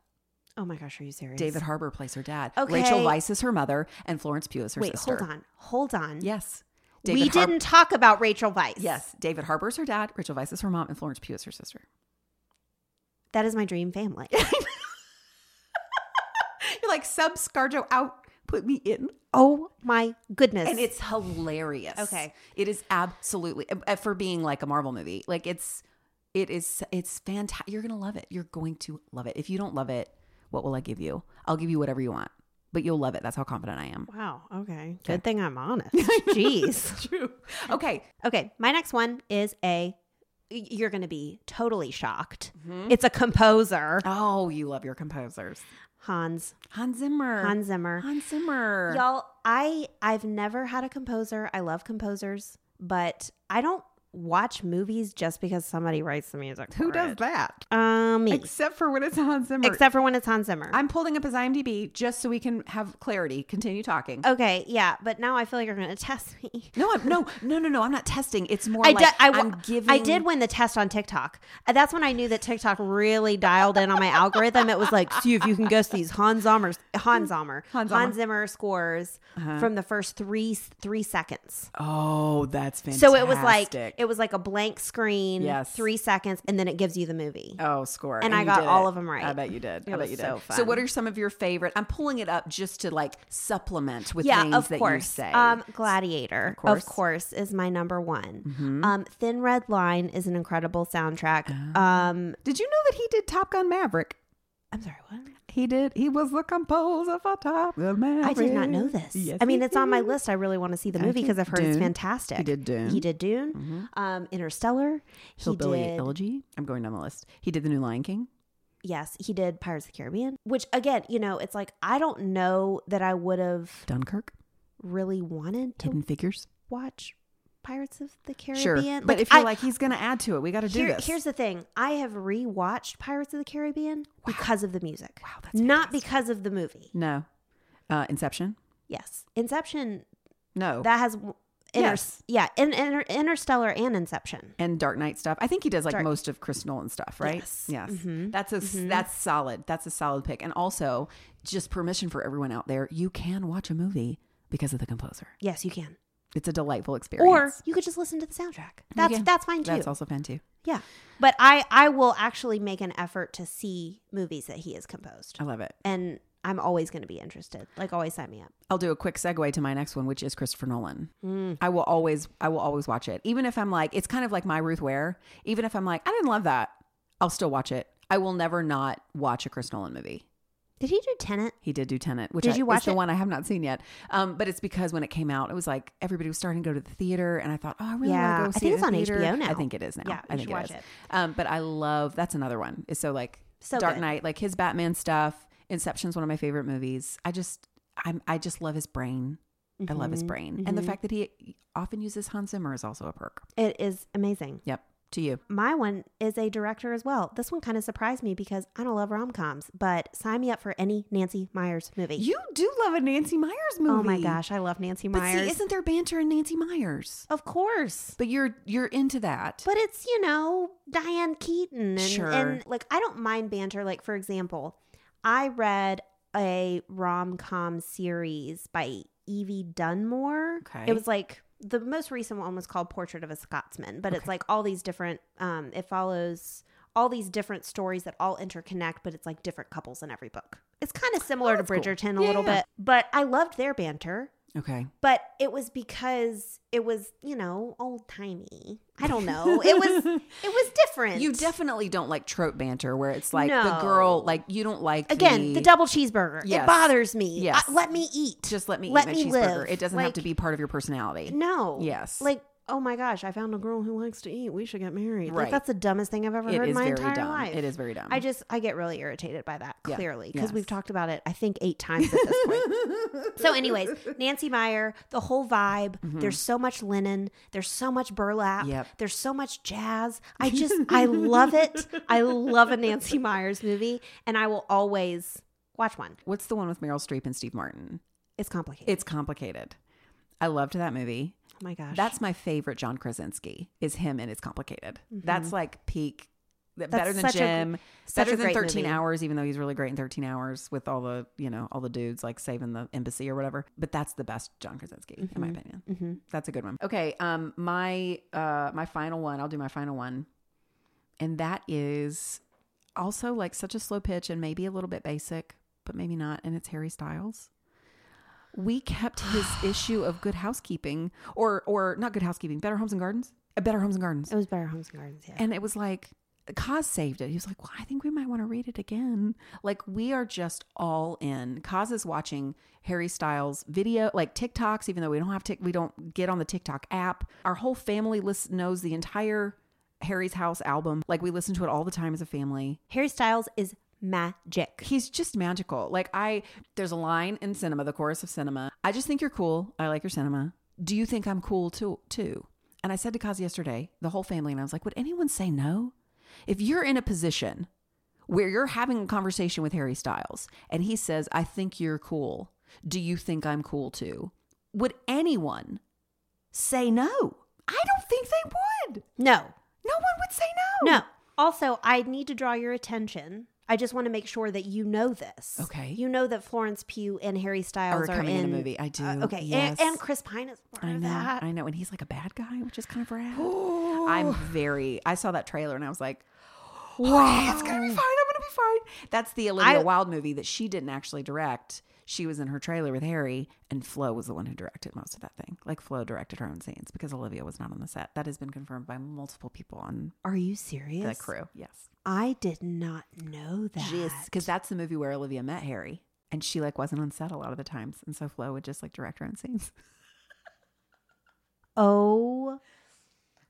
Speaker 4: Oh my gosh, are you serious?
Speaker 3: David Harbour plays her dad.
Speaker 4: Okay.
Speaker 3: Rachel Weisz is her mother, and Florence Pugh is her
Speaker 4: Wait,
Speaker 3: sister.
Speaker 4: hold on, hold on.
Speaker 3: Yes.
Speaker 4: we
Speaker 3: Har-
Speaker 4: didn't talk about Rachel Weisz.
Speaker 3: Yes, David Harbour is her dad. Rachel Weisz is her mom, and Florence Pugh is her sister.
Speaker 4: that is my dream family.
Speaker 3: You're like sub Scarjo out, put me in,
Speaker 4: oh my goodness!
Speaker 3: and it's hilarious.
Speaker 4: Okay.
Speaker 3: it is absolutely uh, for being like a Marvel movie. Like it's, it is, it's fantastic. You're gonna love it. You're going to love it. If you don't love it, what will I give you? I'll give you whatever you want, but you'll love it. That's how confident I am.
Speaker 4: wow. Okay, good thing I'm honest. Jeez.
Speaker 3: True. Okay.
Speaker 4: Okay, my next one is a. You're going to be totally shocked.
Speaker 3: Mm-hmm.
Speaker 4: It's a composer,
Speaker 3: Oh, you love your composers,
Speaker 4: Hans
Speaker 3: Hans Zimmer.
Speaker 4: Hans Zimmer.
Speaker 3: Hans Zimmer.
Speaker 4: Y'all, I I've never had a composer. I love composers, but I don't watch movies just because somebody writes the music.
Speaker 3: Who
Speaker 4: for
Speaker 3: does
Speaker 4: it.
Speaker 3: that?
Speaker 4: Um, me.
Speaker 3: Except for when it's Hans Zimmer.
Speaker 4: Except for when it's Hans Zimmer.
Speaker 3: I'm pulling up his IMDb just so we can have clarity. Continue talking.
Speaker 4: okay, yeah, but now I feel like you're going to test me.
Speaker 3: No, I'm, no, no, no, no. I'm not testing. It's more
Speaker 4: I
Speaker 3: like
Speaker 4: did. I, wa-
Speaker 3: am giving.
Speaker 4: I did win the test on TikTok. Uh, That's when I knew that TikTok really dialed in on my algorithm. It was like, see if you can guess these Hans Zimmer, Hans Zimmer,
Speaker 3: Hans
Speaker 4: Hans
Speaker 3: Zimmer.
Speaker 4: Zimmer, Uh-huh. scores from the first three three seconds.
Speaker 3: Oh, that's fantastic.
Speaker 4: So it was like it was like a blank screen,
Speaker 3: Yes.
Speaker 4: three seconds, and then it gives you the movie.
Speaker 3: oh, score.
Speaker 4: And I
Speaker 3: you
Speaker 4: got
Speaker 3: did
Speaker 4: all
Speaker 3: it.
Speaker 4: of 'em right.
Speaker 3: I bet you did.
Speaker 4: It
Speaker 3: I bet
Speaker 4: was
Speaker 3: you did.
Speaker 4: so
Speaker 3: So, what
Speaker 4: fun.
Speaker 3: are some of your favorite? I'm pulling it up just to like supplement with things that you say.
Speaker 4: Um, Gladiator, of
Speaker 3: course. Mm-hmm.
Speaker 4: course. is my number one. Um, Thin Red Line is an incredible soundtrack.
Speaker 3: Oh.
Speaker 4: Um,
Speaker 3: did you know that he did Top Gun Maverick?
Speaker 4: I'm sorry, what?
Speaker 3: He did. He was the composer for Top Gun Maverick.
Speaker 4: I did not know this.
Speaker 3: Yes,
Speaker 4: I mean,
Speaker 3: he
Speaker 4: it's on my
Speaker 3: did.
Speaker 4: list. I really want to see the
Speaker 3: I
Speaker 4: movie because
Speaker 3: think
Speaker 4: I've heard it's
Speaker 3: Dune.
Speaker 4: fantastic.
Speaker 3: He did Dune. Mm-hmm.
Speaker 4: He did Dune. Um, Interstellar. He
Speaker 3: Hillbilly
Speaker 4: did.
Speaker 3: Elegy. I'm going down the list. He did The New Lion King.
Speaker 4: Yes, he did Pirates of the Caribbean. Which again, you know, it's like I don't know that I would have
Speaker 3: Dunkirk.
Speaker 4: really wanted to
Speaker 3: Hidden Figures.
Speaker 4: watch Pirates of the Caribbean.
Speaker 3: Sure. But
Speaker 4: Like,
Speaker 3: if you're
Speaker 4: I-
Speaker 3: like, he's going to add to it, we got to do
Speaker 4: Here-
Speaker 3: this.
Speaker 4: Here's the thing: I have rewatched Pirates of the Caribbean because of the music,
Speaker 3: Wow, that's
Speaker 4: not
Speaker 3: fantastic.
Speaker 4: because of the movie.
Speaker 3: No. Uh, Inception?
Speaker 4: Yes, Inception
Speaker 3: No.
Speaker 4: that has inter-
Speaker 3: Oh. Yes.
Speaker 4: yeah, in, inter, Interstellar and Inception.
Speaker 3: and Dark Knight stuff. I think he does like
Speaker 4: Dark-
Speaker 3: most of Chris Nolan stuff, right?
Speaker 4: Yes. Mhm.
Speaker 3: That's a that's solid. That's a solid pick. And also, just permission for everyone out there, you can watch a movie because of the composer.
Speaker 4: Yes, you can,
Speaker 3: It's a delightful
Speaker 4: or
Speaker 3: experience.
Speaker 4: you could just listen to the soundtrack.
Speaker 3: You
Speaker 4: That's
Speaker 3: can.
Speaker 4: that's fine too.
Speaker 3: That's also fun too.
Speaker 4: yeah, but I I will actually make an effort to see movies that he has composed,
Speaker 3: I love it.
Speaker 4: and I'm always going to be interested. Like always, sign me up.
Speaker 3: I'll do a quick segue to my next one, which is Christopher Nolan.
Speaker 4: Mm.
Speaker 3: I will always, I will always watch it, even if I'm like, it's kind of like my Ruth Ware. Even if I'm like, I didn't love that, I'll still watch it. I will never not watch a Chris Nolan movie.
Speaker 4: Did he do Tenant?
Speaker 3: He did do Tenet, which
Speaker 4: Did
Speaker 3: I,
Speaker 4: you
Speaker 3: is
Speaker 4: watch
Speaker 3: the
Speaker 4: it?
Speaker 3: one I have not seen yet. Um, but it's because when it came out, it was like everybody was starting to go to the theater, and I thought, oh, I really
Speaker 4: Yeah, I
Speaker 3: want to go see
Speaker 4: think
Speaker 3: it
Speaker 4: it's
Speaker 3: in
Speaker 4: on
Speaker 3: the theater.
Speaker 4: HBO now.
Speaker 3: I think it is now.
Speaker 4: Yeah,
Speaker 3: I
Speaker 4: you
Speaker 3: think
Speaker 4: should watch
Speaker 3: is.
Speaker 4: it.
Speaker 3: Um, but I love that's another one. It's so like
Speaker 4: So
Speaker 3: Dark
Speaker 4: good.
Speaker 3: Knight, like his Batman stuff. Inception's one of my favorite movies. I just, I'm, I just love his brain. I
Speaker 4: Mm-hmm,
Speaker 3: love his brain, and the fact that he often uses Hans Zimmer is also a perk.
Speaker 4: It is amazing.
Speaker 3: Yep. to you.
Speaker 4: My one is a director as well. This one kind of surprised me because I don't love rom coms, but sign me up for any Nancy Myers movie.
Speaker 3: You do love a Nancy Myers movie.
Speaker 4: Oh my gosh, I love Nancy
Speaker 3: But
Speaker 4: Myers.
Speaker 3: see, isn't there banter in Nancy Myers?
Speaker 4: of course.
Speaker 3: But you're you're into that.
Speaker 4: But it's, you know, Diane Keaton. And,
Speaker 3: Sure.
Speaker 4: and like, I don't mind banter. Like, for example, I read a rom com series by Evie Dunmore.
Speaker 3: Okay.
Speaker 4: It was like the most recent one was called Portrait of a Scotsman, but it's like all these different, um, it follows all these different stories that all interconnect, but it's like different couples in every book. It's kind of similar to
Speaker 3: Oh, that's cool.
Speaker 4: Bridgerton a
Speaker 3: Yeah,
Speaker 4: little
Speaker 3: yeah.
Speaker 4: bit, but I loved their banter
Speaker 3: okay.
Speaker 4: but it was because it was you know old timey i don't know it was it was different
Speaker 3: You definitely don't like trope banter where it's like the
Speaker 4: No.
Speaker 3: girl like you don't like
Speaker 4: again the double cheeseburger
Speaker 3: Yes.
Speaker 4: it bothers me
Speaker 3: Yes.
Speaker 4: I- let me eat
Speaker 3: just let me
Speaker 4: let
Speaker 3: eat my
Speaker 4: me
Speaker 3: cheeseburger.
Speaker 4: live.
Speaker 3: It doesn't have
Speaker 4: Like,
Speaker 3: to be part of your personality.
Speaker 4: no
Speaker 3: Yes.
Speaker 4: like oh my gosh i found a girl who likes to eat we should get married
Speaker 3: Right.
Speaker 4: like that's the dumbest thing i've ever
Speaker 3: it
Speaker 4: heard
Speaker 3: is
Speaker 4: in my
Speaker 3: very
Speaker 4: entire
Speaker 3: dumb.
Speaker 4: life
Speaker 3: It is very dumb.
Speaker 4: i just i get really irritated by that
Speaker 3: Yeah.
Speaker 4: clearly because
Speaker 3: Yes.
Speaker 4: we've talked about it i think eight times at this point So, anyways, Nancy Meyer, the whole vibe. There's so much linen. There's so much burlap.
Speaker 3: Mm-hmm. Yep.
Speaker 4: There's so much jazz. I just, I love it. I love a Nancy Myers movie, and I will always watch one.
Speaker 3: What's the one with Meryl Streep and Steve Martin?
Speaker 4: It's complicated.
Speaker 3: It's complicated. I loved that movie.
Speaker 4: oh my gosh,
Speaker 3: That's my favorite John Krasinski is him and It's Complicated. That's like peak. th-
Speaker 4: Mm-hmm. That's
Speaker 3: better than
Speaker 4: such a-
Speaker 3: Jim.
Speaker 4: such
Speaker 3: Better
Speaker 4: a
Speaker 3: than
Speaker 4: great
Speaker 3: 13
Speaker 4: movie.
Speaker 3: Hours, even though he's really great in 13 Hours with all the, you know, all the dudes like saving the embassy or whatever. But that's the best John Krasinski, in
Speaker 4: Mm-hmm.
Speaker 3: my opinion. That's a good one. Okay. Um, my uh my final one, I'll do my final one. And that is also like such a slow pitch and maybe a little bit basic, but maybe not. And it's Harry Styles. We kept his issue of good housekeeping or or not good housekeeping, better homes and gardens. Uh, Better homes and gardens.
Speaker 4: it was Better Homes and Gardens. Yeah.
Speaker 3: And it was like, Kaz saved it. He was like, Well, I think we might want to read it again. Like, we are just all in. Kaz is watching Harry Styles video, like TikToks, even though we don't have tick, we don't get on the TikTok app. Our whole family list knows the entire Harry's House album. Like, we listen to it all the time as a family.
Speaker 4: Harry Styles is magic.
Speaker 3: He's just magical. Like, I, there's a line in cinema, the chorus of cinema. I just think you're cool. I like your cinema. Do you think I'm cool too? too? And I said to Kaz yesterday, the whole family, and I was like, would anyone say no? If you're in a position where you're having a conversation with Harry Styles and he says, I think you're cool. Do you think I'm cool too? Would anyone say no? I don't think they would.
Speaker 4: No,
Speaker 3: No one would say no.
Speaker 4: no. Also, I need to draw your attention. I just want to make sure that you know this.
Speaker 3: Okay.
Speaker 4: You know that Florence Pugh and Harry Styles
Speaker 3: Are
Speaker 4: are, uh,
Speaker 3: coming in a movie. I do.
Speaker 4: okay.
Speaker 3: Yes.
Speaker 4: And, and Chris Pine is part
Speaker 3: I
Speaker 4: of
Speaker 3: know.
Speaker 4: that.
Speaker 3: I know. And he's like a bad guy, which is kind of rad. I'm very, I saw that trailer and I was like, okay, it's going to be fine. I'm going to be fine. That's the Olivia
Speaker 4: I-
Speaker 3: Wilde movie that she didn't actually direct. She was in her trailer with Harry, and Flo was the one who directed most of that thing. Like, Flo directed her own scenes because Olivia was not on the set. That has been confirmed by multiple people on
Speaker 4: Are you serious?
Speaker 3: the crew. Yes.
Speaker 4: I did not know that.
Speaker 3: Because that's the movie where Olivia met Harry. And she like wasn't on set a lot of the times, and so Flo would just like direct her own scenes.
Speaker 4: oh,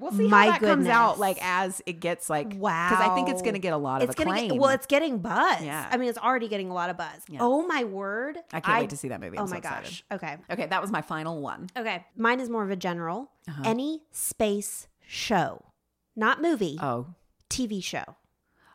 Speaker 3: We'll see
Speaker 4: My
Speaker 3: how that comes out
Speaker 4: goodness.
Speaker 3: like as it gets like
Speaker 4: wow.
Speaker 3: because I think it's going to get a lot of
Speaker 4: it's
Speaker 3: acclaim.
Speaker 4: Gonna get, well, it's getting buzz.
Speaker 3: Yeah.
Speaker 4: I mean, it's already getting a lot of buzz.
Speaker 3: Yeah.
Speaker 4: Oh my word.
Speaker 3: I can't wait to see that movie. I'm
Speaker 4: oh
Speaker 3: so
Speaker 4: my
Speaker 3: excited.
Speaker 4: gosh. Okay.
Speaker 3: Okay, that was my final one.
Speaker 4: Okay. Mine is more of a general.
Speaker 3: Uh-huh.
Speaker 4: Any space show, not movie,
Speaker 3: Oh,
Speaker 4: TV show.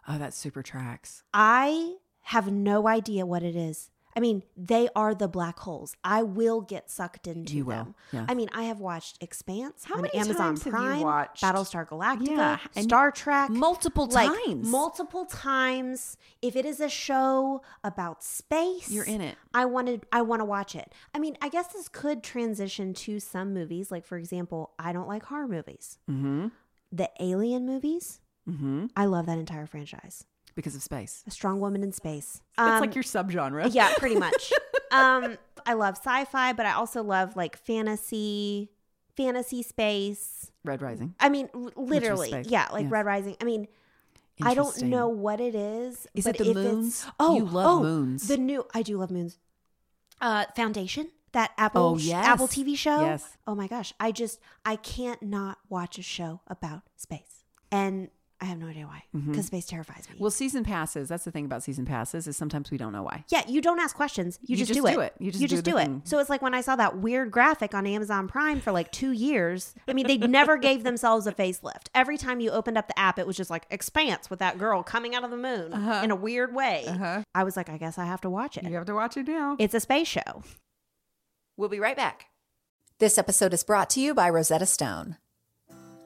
Speaker 3: oh, that super tracks.
Speaker 4: I have no idea what it is. I mean, they are the black holes. I will get sucked into
Speaker 3: You will.
Speaker 4: them.
Speaker 3: Yeah.
Speaker 4: I mean, I have watched Expanse
Speaker 3: How
Speaker 4: on
Speaker 3: many
Speaker 4: Amazon
Speaker 3: times have you
Speaker 4: Prime,
Speaker 3: watched-
Speaker 4: Battlestar Galactica,
Speaker 3: Yeah, and
Speaker 4: Star Trek,
Speaker 3: multiple
Speaker 4: like,
Speaker 3: times.
Speaker 4: multiple times. If it is a show about space,
Speaker 3: You're in it.
Speaker 4: I wanted. I want to watch it. I mean, I guess this could transition to some movies. Like for example, I don't like horror movies.
Speaker 3: Mm-hmm.
Speaker 4: The Alien movies.
Speaker 3: Mm-hmm.
Speaker 4: I love that entire franchise.
Speaker 3: Because of space,
Speaker 4: A strong woman in space.
Speaker 3: it's
Speaker 4: Um,
Speaker 3: like your subgenre.
Speaker 4: yeah, pretty much. um, I love sci-fi, but I also love like fantasy, fantasy space.
Speaker 3: Red Rising.
Speaker 4: I mean, r- literally,
Speaker 3: space.
Speaker 4: yeah, like
Speaker 3: Yes.
Speaker 4: Red Rising. I mean, I don't
Speaker 3: Interesting.
Speaker 4: know what it is.
Speaker 3: Is
Speaker 4: but
Speaker 3: it the
Speaker 4: if it's-
Speaker 3: moons?
Speaker 4: Oh,
Speaker 3: You love
Speaker 4: oh,
Speaker 3: moons.
Speaker 4: The new, I do love moons. Uh, Foundation, that Apple,
Speaker 3: Oh,
Speaker 4: sh-
Speaker 3: yes.
Speaker 4: Apple TV show.
Speaker 3: Yes.
Speaker 4: Oh my gosh, I just I can't not watch a show about space, and I have no idea why.
Speaker 3: Mm-hmm.
Speaker 4: Because space terrifies me.
Speaker 6: Well, season passes. That's the thing about season passes is sometimes we don't know why.
Speaker 4: yeah, you don't ask questions. You, just, do, it.
Speaker 6: You just
Speaker 4: you
Speaker 6: do
Speaker 4: just
Speaker 6: the
Speaker 4: do it.
Speaker 6: thing.
Speaker 4: So it's like when I saw that weird graphic on Amazon Prime for like two years. I mean, they never gave themselves a facelift. Every time you opened up the app, it was just like expanse with that girl coming out of the moon
Speaker 6: Uh-huh.
Speaker 4: in a weird way. I was like, I guess I have to watch Eh. it.
Speaker 6: You have to watch it now.
Speaker 4: It's a space show.
Speaker 6: We'll be right back.
Speaker 3: This episode is brought to you by Rosetta Stone.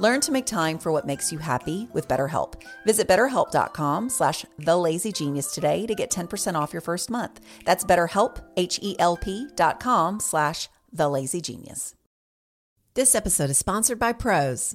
Speaker 3: Learn to make time for what makes you happy with BetterHelp. Visit betterhelp.com slash thelazygenius today to get 10% off your first month. That's betterhelp, H-E-L-P dot com slash thelazygenius. This episode is sponsored by Pros.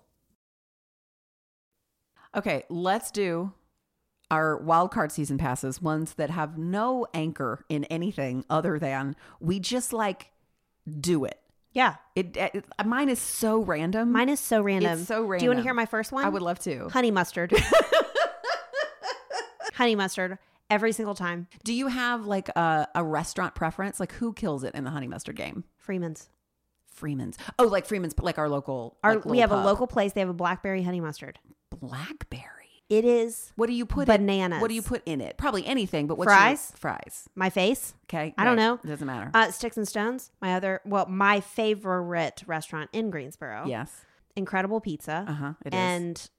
Speaker 6: Okay, let's do our wild card season passes, ones that have no anchor in anything other than we just like do it.
Speaker 4: Yeah.
Speaker 6: It, it mine is so random.
Speaker 4: Mine is so random.
Speaker 6: It's so
Speaker 4: Do you want
Speaker 6: random.
Speaker 4: to hear my first one?
Speaker 6: I would love to.
Speaker 4: honey mustard. honey mustard every single time.
Speaker 6: Do you have like a, a restaurant preference? Like who kills it in the honey mustard game?
Speaker 4: Freeman's.
Speaker 6: Freeman's. Oh, like Freeman's, like our local.
Speaker 4: Our,
Speaker 6: like
Speaker 4: we
Speaker 6: little
Speaker 4: have a
Speaker 6: pub.
Speaker 4: local place. They have a blackberry honey mustard.
Speaker 6: blackberry.
Speaker 4: It is
Speaker 6: What do you put? In,
Speaker 4: Bananas.
Speaker 6: what do you put in it? Probably anything, but what's
Speaker 4: Fries?
Speaker 6: Your, fries.
Speaker 4: my face.
Speaker 6: Okay.
Speaker 4: I don't
Speaker 6: right.
Speaker 4: know.
Speaker 6: It doesn't matter.
Speaker 4: Uh, Sticks and Stones, my other, well, my favorite restaurant in Greensboro.
Speaker 6: yes.
Speaker 3: Oh,
Speaker 4: Incredible pizza.
Speaker 6: Uh huh. It is.
Speaker 4: and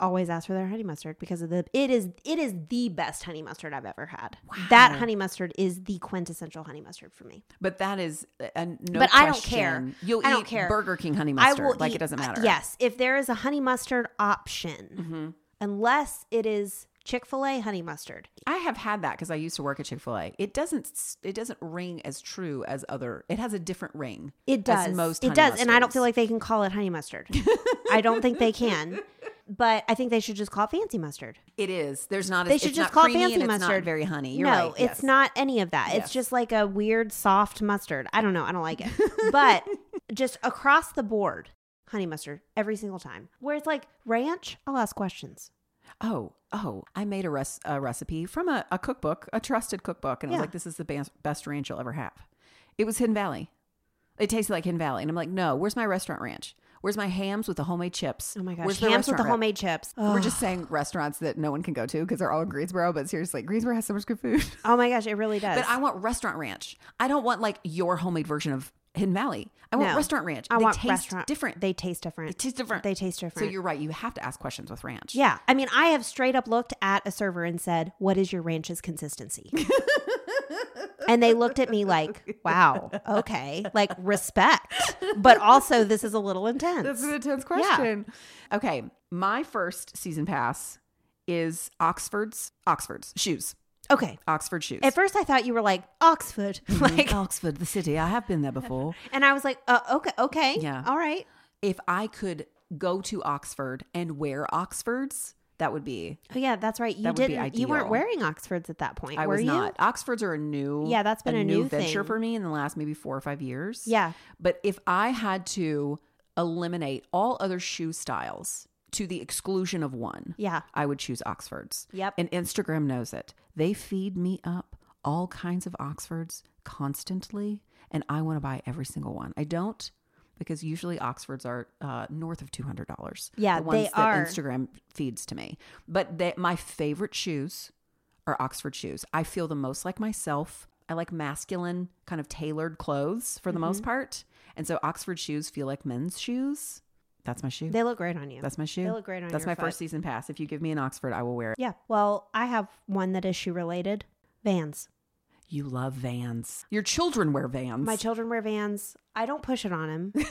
Speaker 4: always ask for their honey mustard because of the it is it is the best honey mustard I've ever had. That honey mustard is the quintessential honey mustard for me.
Speaker 3: But that is a- a no.
Speaker 4: But I don't care.
Speaker 3: question. You'll
Speaker 4: I
Speaker 3: eat
Speaker 4: don't care.
Speaker 3: Burger King honey
Speaker 4: I
Speaker 3: mustard.
Speaker 4: will
Speaker 3: Like
Speaker 4: eat-
Speaker 3: it doesn't matter. Mm-hmm.
Speaker 4: Yes, if there is a honey mustard option, unless it is Chick Fil A honey mustard.
Speaker 3: I have had that because I used to work at Chick Fil A. It doesn't. s- It doesn't ring as true as other. It has a different ring.
Speaker 4: It does.
Speaker 3: As most.
Speaker 4: it
Speaker 3: honey
Speaker 4: does, and I don't
Speaker 3: mustards.
Speaker 4: feel like they can call it honey mustard. I don't think they can. But I think they should just call it fancy mustard.
Speaker 3: it is. There's not.
Speaker 4: They
Speaker 3: as,
Speaker 4: should
Speaker 3: it's
Speaker 4: just
Speaker 3: not
Speaker 4: call it
Speaker 3: creamy
Speaker 4: fancy
Speaker 3: and it's not
Speaker 4: mustard.
Speaker 3: very honey. You're
Speaker 4: no,
Speaker 3: right.
Speaker 4: it's
Speaker 3: yes.
Speaker 4: not any of that.
Speaker 3: Yes.
Speaker 4: It's just like a weird soft mustard. I don't know. I don't like it. But just across the board, honey mustard every single time. Where it's like ranch, I'll ask questions.
Speaker 3: Oh, oh! I made a, res- a recipe from a, a cookbook, a trusted cookbook, and I was
Speaker 4: Yeah.
Speaker 3: like, "This is the best, best ranch you'll ever have." It was Hidden Valley. It tasted like Hidden Valley, and I'm like, "No, where's my restaurant ranch? Where's my hams with the homemade chips?
Speaker 4: Oh my gosh,
Speaker 3: where's
Speaker 4: hams with the
Speaker 3: restaurant wrap?"
Speaker 4: homemade chips.
Speaker 3: We're
Speaker 4: Ugh.
Speaker 3: just saying restaurants that no one can go to because they're all in Greensboro. But seriously, Greensboro has so much good food.
Speaker 4: Oh my gosh, it really does.
Speaker 3: But I want restaurant ranch. I don't want like your homemade version of Hidden Valley. I want
Speaker 4: No.
Speaker 3: restaurant ranch.
Speaker 4: I
Speaker 3: they
Speaker 4: want
Speaker 3: taste
Speaker 4: restaurant
Speaker 3: different.
Speaker 4: They taste different.
Speaker 3: They taste different.
Speaker 4: They taste different.
Speaker 3: So you're right. You have to ask questions with ranch.
Speaker 4: Yeah. I mean, I have straight up looked at a server and said, What is your ranch's consistency? and they looked at me like, Wow, okay. Like, respect. But also, this is a little intense.
Speaker 3: That's an intense question. Okay. My first season pass is Oxford's Oxford's shoes.
Speaker 4: okay.
Speaker 3: Oxford shoes.
Speaker 4: At first, I thought you were like, Oxford.
Speaker 3: Oh.
Speaker 4: Like,
Speaker 3: Oxford, the city. I have been there before.
Speaker 4: and I was like, uh, Okay, okay.
Speaker 3: Yeah.
Speaker 4: All right.
Speaker 3: if I could go to Oxford and wear Oxfords, that would be.
Speaker 4: Oh, yeah, that's right. You
Speaker 3: That would be
Speaker 4: didn't, you weren't
Speaker 3: ideal.
Speaker 4: wearing Oxfords at that point.
Speaker 3: I
Speaker 4: were
Speaker 3: was
Speaker 4: you?
Speaker 3: not. Oxfords are a new.
Speaker 4: Yeah, that's been a new
Speaker 3: venture
Speaker 4: thing.
Speaker 3: for me in the last maybe four or five years.
Speaker 4: Yeah.
Speaker 3: But if I had to eliminate all other shoe styles to the exclusion of one,
Speaker 4: Yeah.
Speaker 3: I would choose Oxfords.
Speaker 4: Yep.
Speaker 3: And Instagram knows it. They feed me up all kinds of Oxfords constantly, and I want to buy every single one. I don't because usually Oxfords are uh, north of two hundred dollars.
Speaker 4: Yeah,
Speaker 3: the ones
Speaker 4: they
Speaker 3: that
Speaker 4: are.
Speaker 3: Instagram feeds to me. But they, my favorite shoes are Oxford shoes. I feel the most like myself. I like masculine, kind of tailored clothes for the
Speaker 4: Mm-hmm.
Speaker 3: most part, and so Oxford shoes feel like men's shoes. That's my shoe.
Speaker 4: They look great on you.
Speaker 3: That's my shoe.
Speaker 4: They look great on
Speaker 3: That's
Speaker 4: your
Speaker 3: my
Speaker 4: foot.
Speaker 3: first season pass. If you give me an Oxford, I will wear it.
Speaker 4: Yeah. Well, I have one that is shoe related Vans.
Speaker 3: You love Vans. Your children wear Vans.
Speaker 4: My children wear vans. I don't push it on them.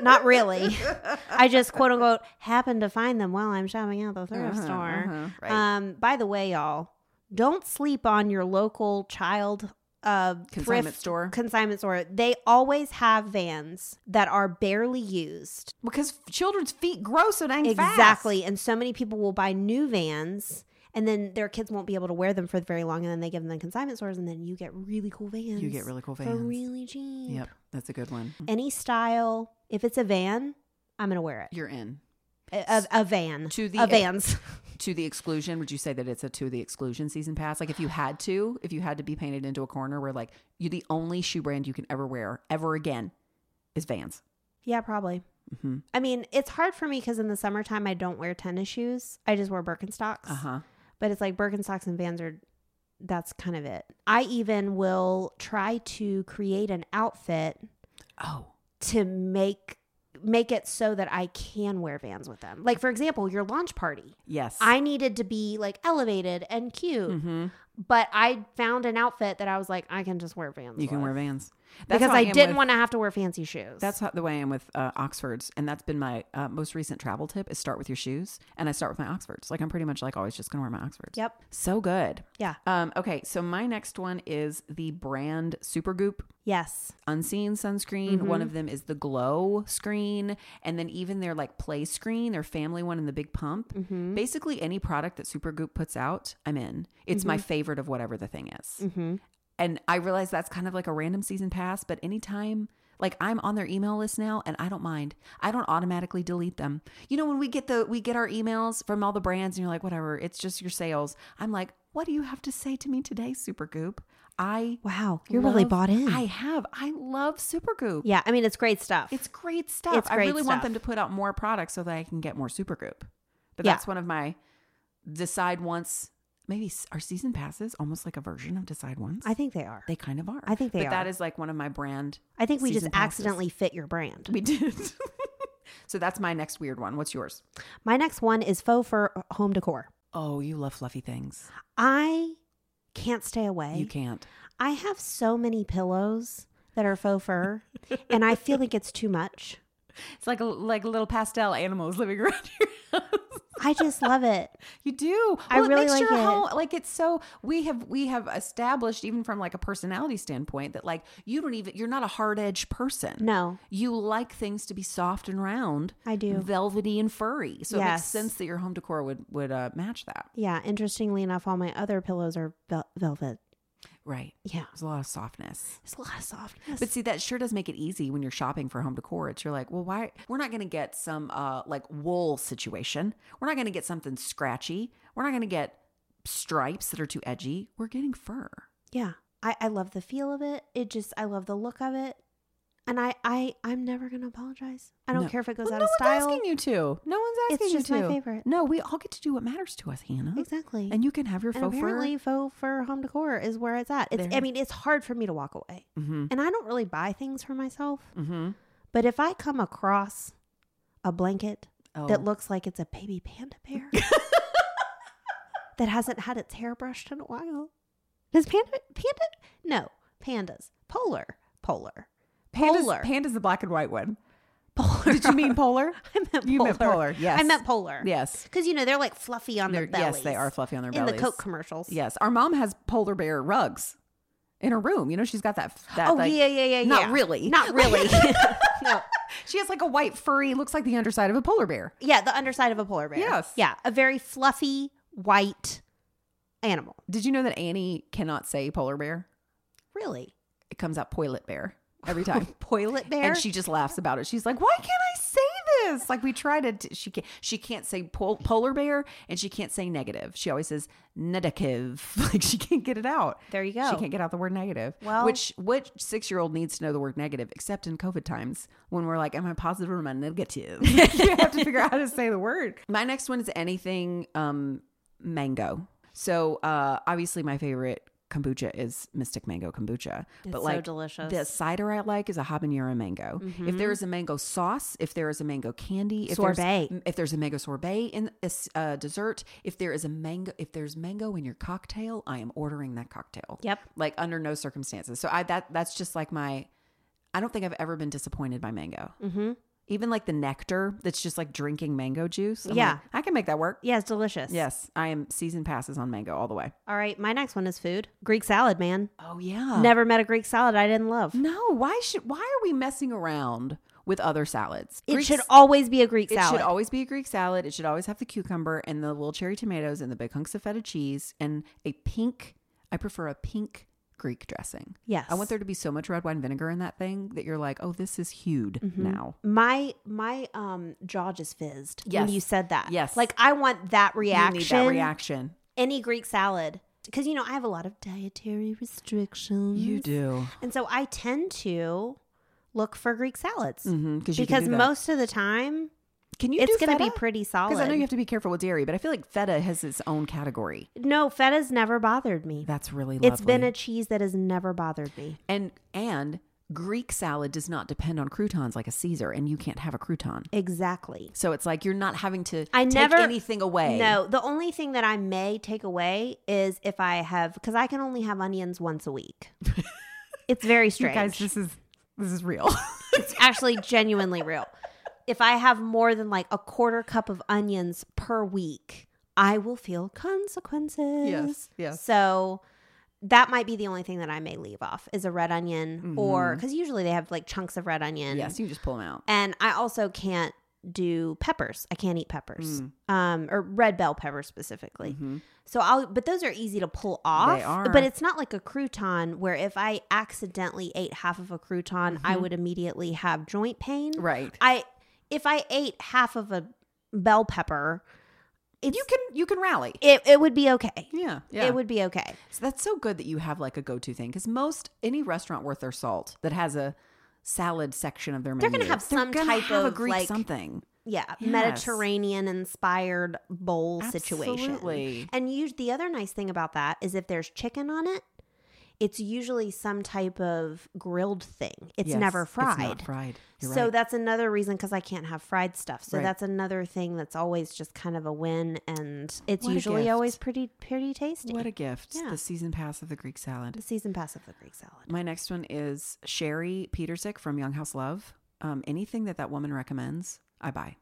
Speaker 4: Not really. I just quote unquote happen to find them while I'm shopping at the thrift
Speaker 3: Uh-huh,
Speaker 4: store.
Speaker 3: uh-huh, right.
Speaker 4: Um, by the way, y'all, don't sleep on your local child uh
Speaker 3: Consignment
Speaker 4: thrift
Speaker 3: store?
Speaker 4: Consignment store. They always have vans that are barely used.
Speaker 3: because f- children's feet grow so dang fast.
Speaker 4: Exactly. And so many people will buy new vans and then their kids won't be able to wear them for very long and then they give them to consignment stores and then you get really cool vans.
Speaker 3: You get really cool
Speaker 4: For
Speaker 3: Vans.
Speaker 4: really cheap
Speaker 3: Yep, that's a good one.
Speaker 4: any style. If it's a van, I'm gonna wear it.
Speaker 3: You're in.
Speaker 4: A, a, a van.
Speaker 3: To the-
Speaker 4: a vans.
Speaker 3: To the exclusion, would you say that it's a to the exclusion season pass? Like if you had to, if you had to be painted into a corner where like you the only shoe brand you can ever wear ever again is Vans.
Speaker 4: yeah, probably.
Speaker 3: Mhm.
Speaker 4: I mean, it's hard for me because in the summertime I don't wear tennis shoes. I just wear Birkenstocks.
Speaker 3: Uh huh.
Speaker 4: But it's like Birkenstocks and Vans are. That's kind of it. I even will try to create an outfit
Speaker 3: Oh,
Speaker 4: to make make it so that I can wear Vans with them. Like for example, your launch party.
Speaker 3: yes.
Speaker 4: I needed to be like elevated and cute.
Speaker 3: hmm
Speaker 4: but I found an outfit that I was like, I can just wear Vans.
Speaker 3: You can
Speaker 4: with.
Speaker 3: wear Vans
Speaker 4: because I, didn't
Speaker 3: want.
Speaker 4: want to have to wear fancy shoes.
Speaker 3: That's how, the way I am with uh, Oxfords, and that's been my uh, most recent travel tip: is start with your shoes, and I start with my Oxfords. Like I'm pretty much like always just gonna wear my Oxfords.
Speaker 4: Yep.
Speaker 3: So good.
Speaker 4: Yeah.
Speaker 3: Um. Okay. So my next one is the brand Supergoop
Speaker 4: Yes.
Speaker 3: unseen sunscreen. One of them is the glow screen, and then even their like play screen, their family one, and the big pump. Basically, any product that Supergoop puts out, I'm in. It's my favorite of whatever the thing is. And I realize that's kind of like a random season pass, but anytime. Like I'm on their email list now and I don't mind. I don't automatically delete them. You know when we get the we get our emails from all the brands and you're like whatever, it's just your sales. I'm like, what do you have to say to me today, Supergoop? I
Speaker 4: Wow. You're really
Speaker 3: love-
Speaker 4: bought in.
Speaker 3: I have. I love Supergoop.
Speaker 4: yeah. I mean, it's great stuff.
Speaker 3: It's great stuff.
Speaker 4: It's
Speaker 3: I
Speaker 4: great
Speaker 3: really want them to
Speaker 4: stuff.
Speaker 3: put out more products so that I can get more Supergoop. But
Speaker 4: Yeah.
Speaker 3: that's one of my decide once. Maybe s- are season passes almost like a version of decide once?
Speaker 4: I think they are.
Speaker 3: they kind of are.
Speaker 4: I think they
Speaker 3: But that
Speaker 4: are.
Speaker 3: is like one of my brand.
Speaker 4: I think we just
Speaker 3: season passes.
Speaker 4: accidentally fit your brand.
Speaker 3: We did. So that's my next weird one. What's yours?
Speaker 4: My next one is faux fur home decor.
Speaker 3: Oh, you love fluffy things.
Speaker 4: I can't stay away.
Speaker 3: You can't.
Speaker 4: I have so many pillows that are faux fur, and I feel like it's too much.
Speaker 3: It's like a, like little pastel animals living around your house.
Speaker 4: I just love it.
Speaker 3: You do. Well,
Speaker 4: I really
Speaker 3: it makes
Speaker 4: like
Speaker 3: your
Speaker 4: it.
Speaker 3: home like it's so we have we have established even from like a personality standpoint that like you don't even you're not a hard edge person.
Speaker 4: No,
Speaker 3: You like things to be soft and round,
Speaker 4: I do.
Speaker 3: velvety and furry. So it makes
Speaker 4: Yes.
Speaker 3: sense that your home decor would would uh, match that.
Speaker 4: Yeah, interestingly enough, all my other pillows are vel- velvet.
Speaker 3: Right.
Speaker 4: Yeah,
Speaker 3: There's a lot of softness.
Speaker 4: there's a lot of softness.
Speaker 3: But see, that sure does make it easy when you're shopping for home decor. It's you're like, well, why? We're not going to get some uh, like wool situation. We're not going to get something scratchy. We're not going to get stripes that are too edgy. We're getting fur.
Speaker 4: yeah, I, I love the feel of it. It just, I love the look of it, and I, I, I'm never gonna apologize. I don't
Speaker 3: No.
Speaker 4: care if it goes
Speaker 3: Well,
Speaker 4: out
Speaker 3: no
Speaker 4: of style.
Speaker 3: one's asking you to. No one's
Speaker 4: It's
Speaker 3: asking you to.
Speaker 4: just my favorite.
Speaker 3: No, we all get to do what matters to us, Hannah.
Speaker 4: Exactly.
Speaker 3: And you can have your
Speaker 4: and
Speaker 3: faux
Speaker 4: apparently,
Speaker 3: fur.
Speaker 4: faux fur home decor is where it's at. It's,
Speaker 3: There.
Speaker 4: I mean, it's hard for me to walk away,
Speaker 3: Mm-hmm.
Speaker 4: and I don't really buy things for myself.
Speaker 3: Mm-hmm.
Speaker 4: But if I come across a blanket
Speaker 3: Oh.
Speaker 4: that looks like it's a baby panda bear that hasn't had its hair brushed in a while. Does panda panda? No, pandas. Polar, polar,
Speaker 3: Panda's,
Speaker 4: polar,
Speaker 3: Panda's the black and white one.
Speaker 4: polar.
Speaker 3: Did you mean polar?
Speaker 4: I meant
Speaker 3: you
Speaker 4: polar.
Speaker 3: meant polar, yes.
Speaker 4: I meant polar.
Speaker 3: yes.
Speaker 4: Because you know they're like fluffy on their
Speaker 3: They're-
Speaker 4: bellies.
Speaker 3: yes, they are fluffy on their
Speaker 4: in
Speaker 3: bellies.
Speaker 4: the Coke commercials.
Speaker 3: Yes, our mom has polar bear rugs in her room. You know, she's got that. that
Speaker 4: oh
Speaker 3: like-
Speaker 4: yeah, yeah, yeah, yeah.
Speaker 3: Not really.
Speaker 4: Not really. no.
Speaker 3: She has like a white furry. Looks like the underside of a polar bear.
Speaker 4: Yeah, the underside of a polar bear.
Speaker 3: Yes.
Speaker 4: Yeah, a very fluffy white animal.
Speaker 3: Did you know that Annie cannot say polar bear?
Speaker 4: Really.
Speaker 3: It comes out poilet bear every time.
Speaker 4: Poilet bear.
Speaker 3: And she just laughs about it. She's like, "Why can't I say this?" Like we try to. t- she can't. She can't say pol- polar bear, and she can't say negative. She always says negative. Like she can't get it out.
Speaker 4: There you
Speaker 3: She
Speaker 4: go.
Speaker 3: can't get out the word negative.
Speaker 4: Well-
Speaker 3: which which six year old needs to know the word negative, except in COVID times when we're like, am I positive or am I negative? you have to figure out how to say the word. My next one is anything um, mango. So uh, obviously, my favorite kombucha is Mystic Mango Kombucha.
Speaker 4: It's
Speaker 3: but
Speaker 4: so
Speaker 3: like
Speaker 4: delicious.
Speaker 3: The cider I like is a habanero mango. If there is a mango sauce, if there is a mango candy, if there's-
Speaker 4: Mm-hmm. Sorbet.
Speaker 3: if there's a mango sorbet in a s- uh, dessert, if there is a mango, if there's mango in your cocktail, I am ordering that cocktail.
Speaker 4: Yep.
Speaker 3: Like under no circumstances. So I that that's just like my. I don't think I've ever been disappointed by mango.
Speaker 4: Mm-hmm.
Speaker 3: Even like the nectar that's just like drinking mango juice. I'm
Speaker 4: Yeah.
Speaker 3: like, I can make that work.
Speaker 4: Yeah, it's delicious.
Speaker 3: Yes, I am season passes on mango all the way.
Speaker 4: All right, my next one is food. Greek salad, man.
Speaker 3: Oh yeah.
Speaker 4: Never met a Greek salad I didn't love.
Speaker 3: No, why should why are we messing around with other salads?
Speaker 4: It
Speaker 3: Greek
Speaker 4: should
Speaker 3: s-
Speaker 4: always be a Greek
Speaker 3: it
Speaker 4: salad.
Speaker 3: should always be a Greek salad. It should always have the cucumber and the little cherry tomatoes and the big hunks of feta cheese and a pink. I prefer a pink Greek dressing.
Speaker 4: yes.
Speaker 3: I want there to be so much red wine vinegar in that thing that you're like, oh, this is hued
Speaker 4: Mm-hmm.
Speaker 3: now.
Speaker 4: my my um jaw just fizzed
Speaker 3: Yes.
Speaker 4: when you said that.
Speaker 3: Yes.
Speaker 4: Like I want that reaction.
Speaker 3: You need that reaction.
Speaker 4: Any Greek salad. Because you know, I have a lot of dietary restrictions.
Speaker 3: You do
Speaker 4: And so I tend to look for Greek salads.
Speaker 3: Mhm, 'cause you can
Speaker 4: because
Speaker 3: do that.
Speaker 4: most of the time
Speaker 3: Can you?
Speaker 4: it's
Speaker 3: do
Speaker 4: gonna be
Speaker 3: feta?
Speaker 4: pretty solid.
Speaker 3: Because I know you have to be careful with dairy, but I feel like feta has its own category.
Speaker 4: no, feta's never bothered me.
Speaker 3: That's really lovely.
Speaker 4: It's been a cheese that has never bothered me.
Speaker 3: and and Greek salad does not depend on croutons like a Caesar, and you can't have a crouton.
Speaker 4: Exactly.
Speaker 3: So it's like you're not having to
Speaker 4: I
Speaker 3: take
Speaker 4: never
Speaker 3: anything away.
Speaker 4: No, the only thing that I may take away is if I have because I can only have onions once a week. it's very strange.
Speaker 3: is this is real.
Speaker 4: it's actually genuinely real. If I have more than like a quarter cup of onions per week, I will feel consequences.
Speaker 3: Yes, yes.
Speaker 4: So that might be the only thing that I may leave off is a red onion or because usually they have like chunks of red onion.
Speaker 3: Mm-hmm. yes, you can just pull them out.
Speaker 4: And I also can't do peppers. I can't eat peppers.
Speaker 3: Mm.
Speaker 4: Um or red bell peppers specifically. So I'll but those are easy to pull off.
Speaker 3: Mm-hmm. are.
Speaker 4: But it's not like a crouton where if I accidentally ate half of a crouton, I would immediately have joint pain.
Speaker 3: Mm-hmm. Right.
Speaker 4: I if I ate half of a bell pepper, it's,
Speaker 3: You can you can rally.
Speaker 4: it it would be okay.
Speaker 3: yeah, yeah.
Speaker 4: It would be okay.
Speaker 3: So that's so good that you have like a go-to thing because most any restaurant worth their salt that has a salad section of their menu,
Speaker 4: They're gonna have some
Speaker 3: gonna
Speaker 4: type
Speaker 3: have a
Speaker 4: of,
Speaker 3: Greek
Speaker 4: like,
Speaker 3: something.
Speaker 4: Yeah,
Speaker 3: Yes.
Speaker 4: Mediterranean inspired bowl situation.
Speaker 3: Absolutely.
Speaker 4: And you, the other nice thing about that is if there's chicken on it, it's usually some type of grilled thing. It's
Speaker 3: Yes,
Speaker 4: never
Speaker 3: It's
Speaker 4: fried.
Speaker 3: not fried. You're
Speaker 4: so
Speaker 3: right.
Speaker 4: that's another reason because I can't have fried stuff. So
Speaker 3: Right.
Speaker 4: that's another thing that's always just kind of a win, and it's
Speaker 3: What a
Speaker 4: usually
Speaker 3: gift.
Speaker 4: always pretty pretty tasty.
Speaker 3: what a gift.
Speaker 4: Yeah.
Speaker 3: The season pass of the Greek salad.
Speaker 4: the season pass of the Greek salad.
Speaker 3: My next one is Sherry Petersick from Young House Love. Um, anything that that woman recommends, I buy,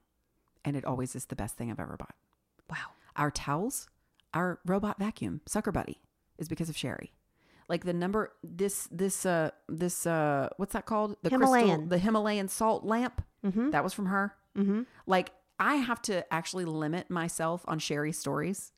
Speaker 3: and it always is the best thing I've ever bought.
Speaker 4: Wow.
Speaker 3: Our towels, our robot vacuum, Sucker Buddy, is because of Sherry. Like the number this this uh this uh what's that called the
Speaker 4: Himalayan.
Speaker 3: the Himalayan salt lamp
Speaker 4: Mm-hmm.
Speaker 3: that was from her.
Speaker 4: Mm-hmm.
Speaker 3: Like I have to actually limit myself on Sherry's stories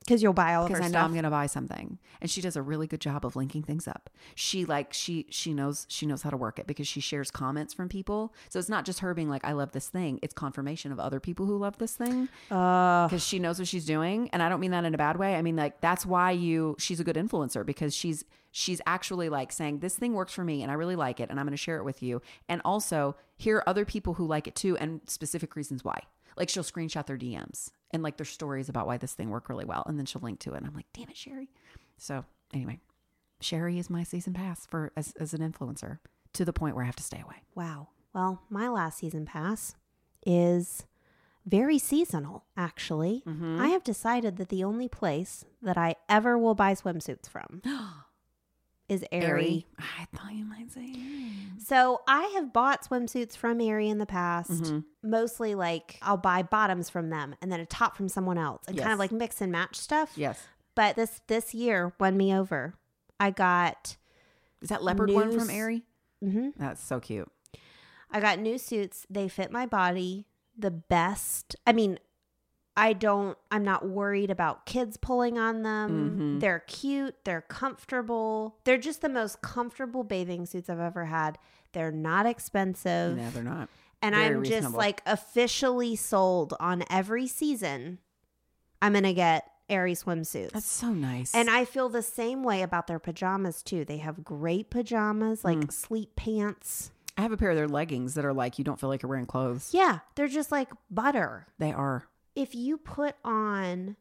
Speaker 4: Because you'll buy all of her
Speaker 3: because I know
Speaker 4: stuff.
Speaker 3: I'm going to buy something. And she does a really good job of linking things up. She like she she knows she knows how to work it because she shares comments from people. So it's not just her being like I love this thing. It's confirmation of other people who love this thing
Speaker 4: Uh,
Speaker 3: because she knows what she's doing. And I don't mean that in a bad way. I mean like that's why you she's a good influencer because she's she's actually like saying this thing works for me and I really like it and I'm going to share it with you. And also here are other people who like it too and specific reasons why. Like she'll screenshot their DMs and like their stories about why this thing worked really well and then she'll link to it. And I'm like, "Damn it, Sherry." So, anyway, Sherry is my season pass for as as an influencer to the point where I have to stay away.
Speaker 4: wow. Well, my last season pass is very seasonal, actually. I have decided that the only place that I ever will buy swimsuits from is Aerie.
Speaker 3: I thought you might say.
Speaker 4: So I have bought swimsuits from Aerie in the past.
Speaker 3: Mhm.
Speaker 4: Mostly like I'll buy bottoms from them and then a top from someone else and kind
Speaker 3: Yes.
Speaker 4: of like mix and match stuff.
Speaker 3: Yes.
Speaker 4: But this this year won me over. I got
Speaker 3: Is that leopard one from
Speaker 4: News-
Speaker 3: Aerie?
Speaker 4: mhm.
Speaker 3: That's so cute.
Speaker 4: I got new suits. They fit my body the best. I mean, I don't I'm not worried about kids pulling on them.
Speaker 3: Mhm.
Speaker 4: They're cute, they're comfortable. They're just the most comfortable bathing suits I've ever had. They're not expensive.
Speaker 3: No, they're not.
Speaker 4: and
Speaker 3: Very
Speaker 4: I'm just
Speaker 3: reasonable.
Speaker 4: like officially sold on every season. I'm gonna get airy swimsuits.
Speaker 3: That's so nice.
Speaker 4: and I feel the same way about their pajamas too. They have great pajamas, like
Speaker 3: Mm.
Speaker 4: sleep pants.
Speaker 3: I have a pair of their leggings that are like you don't feel like you're wearing clothes.
Speaker 4: Yeah, they're just like butter.
Speaker 3: They are.
Speaker 4: If you put on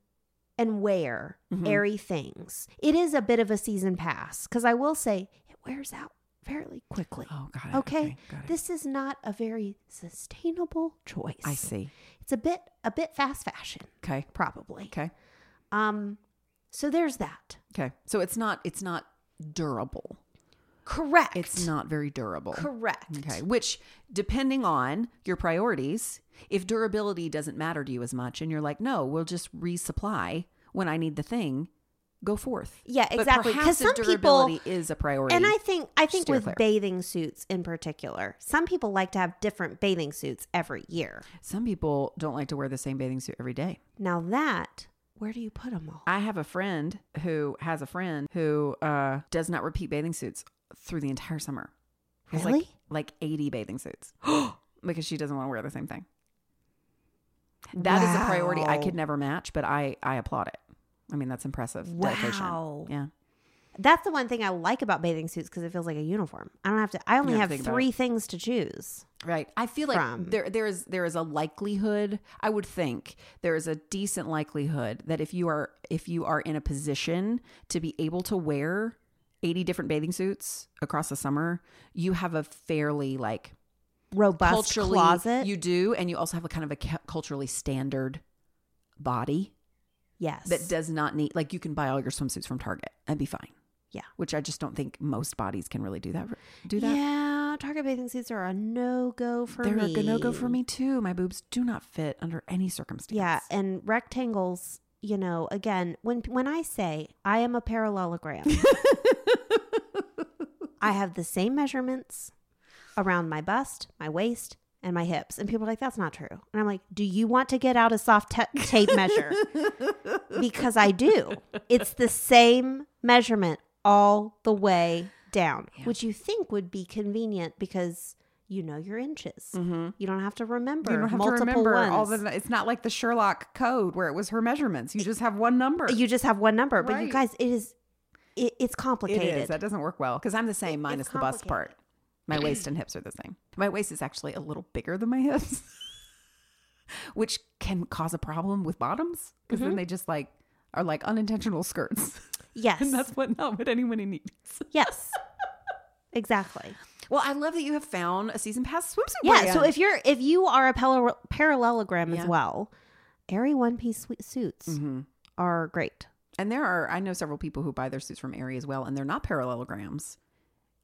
Speaker 4: and wear
Speaker 3: Mhm.
Speaker 4: airy things, it is a bit of a season pass because I will say it wears out fairly quickly.
Speaker 3: Oh god.
Speaker 4: okay,
Speaker 3: got it.
Speaker 4: this is not a very sustainable choice.
Speaker 3: I see.
Speaker 4: It's a bit a bit fast fashion.
Speaker 3: Okay.
Speaker 4: probably.
Speaker 3: Okay.
Speaker 4: Um, so there's that.
Speaker 3: Okay. So it's not it's not durable.
Speaker 4: Correct.
Speaker 3: It's not very durable.
Speaker 4: correct.
Speaker 3: Okay. Which, depending on your priorities, if durability doesn't matter to you as much and you're like, no, we'll just resupply when I need the thing, go forth.
Speaker 4: Yeah,
Speaker 3: But
Speaker 4: exactly. 'Cause
Speaker 3: perhaps if
Speaker 4: some people-
Speaker 3: durability is a priority.
Speaker 4: And I think I
Speaker 3: Just
Speaker 4: think
Speaker 3: steer
Speaker 4: with
Speaker 3: clear.
Speaker 4: bathing suits in particular, some people like to have different bathing suits every year.
Speaker 3: Some people don't like to wear the same bathing suit every day.
Speaker 4: Now that where do you put them all?
Speaker 3: I have a friend who has a friend who uh, does not repeat bathing suits through the entire summer. Has like-
Speaker 4: Really?
Speaker 3: Like, 80 bathing suits because she doesn't want to wear the same thing. That is a priority I
Speaker 4: Wow.
Speaker 3: could never match, but I, I applaud it. I mean, that's impressive. dedication.
Speaker 4: Wow.
Speaker 3: Yeah.
Speaker 4: That's the one thing I like about bathing suits because it feels like a uniform. I don't have to. I only
Speaker 3: don't
Speaker 4: have
Speaker 3: think about
Speaker 4: three things to choose.
Speaker 3: Right. I feel like
Speaker 4: from.
Speaker 3: there there is there is a likelihood, I would think there is a decent likelihood that if you are if you are in a position to be able to wear 80 different bathing suits across the summer, you have a fairly like
Speaker 4: Robust
Speaker 3: culturally
Speaker 4: closet.
Speaker 3: you do and you also have a kind of a cu- culturally standard body
Speaker 4: yes.
Speaker 3: that does not need like you can buy all your swimsuits from Target and be fine.
Speaker 4: Yeah.
Speaker 3: Which I just don't think most bodies can really do that do that.
Speaker 4: Yeah, Target bathing suits are a no go for
Speaker 3: They're
Speaker 4: me.
Speaker 3: a no go for me too. My boobs do not fit under any circumstance.
Speaker 4: Yeah, and rectangles, you know, again, when when I say I am a parallelogram, I have the same measurements around my bust, my waist, and my hips. And people are like, that's not true. And I'm like, do you want to get out a soft ta- tape measure? because I do. It's the same measurement all the way down, which you think would be convenient because you know your inches. You don't have to remember
Speaker 3: Mm-hmm. you don't have
Speaker 4: multiple
Speaker 3: to remember
Speaker 4: ones.
Speaker 3: all the. It's not like the Sherlock Code where it was her measurements. You just have one number.
Speaker 4: You just have one number, but
Speaker 3: Right.
Speaker 4: you guys, it is, it, it's
Speaker 3: it
Speaker 4: complicated.
Speaker 3: is. That doesn't work well because I'm the same minus the bust part. My waist and hips are the same. My waist is actually a little bigger than my hips, which Mm-hmm. can cause a problem with bottoms because then they just like are like unintentional skirts.
Speaker 4: Yes.
Speaker 3: And that's what not what anyone needs.
Speaker 4: yes. Exactly.
Speaker 3: Well, I love that you have found a season pass swimsuit.
Speaker 4: Yeah.
Speaker 3: brand.
Speaker 4: So if you're if you are a pal- parallelogram
Speaker 3: Yeah.
Speaker 4: as well, airy one piece sweet suits are great.
Speaker 3: and there are, I know several people who buy their suits from Aerie as well, and they're not parallelograms,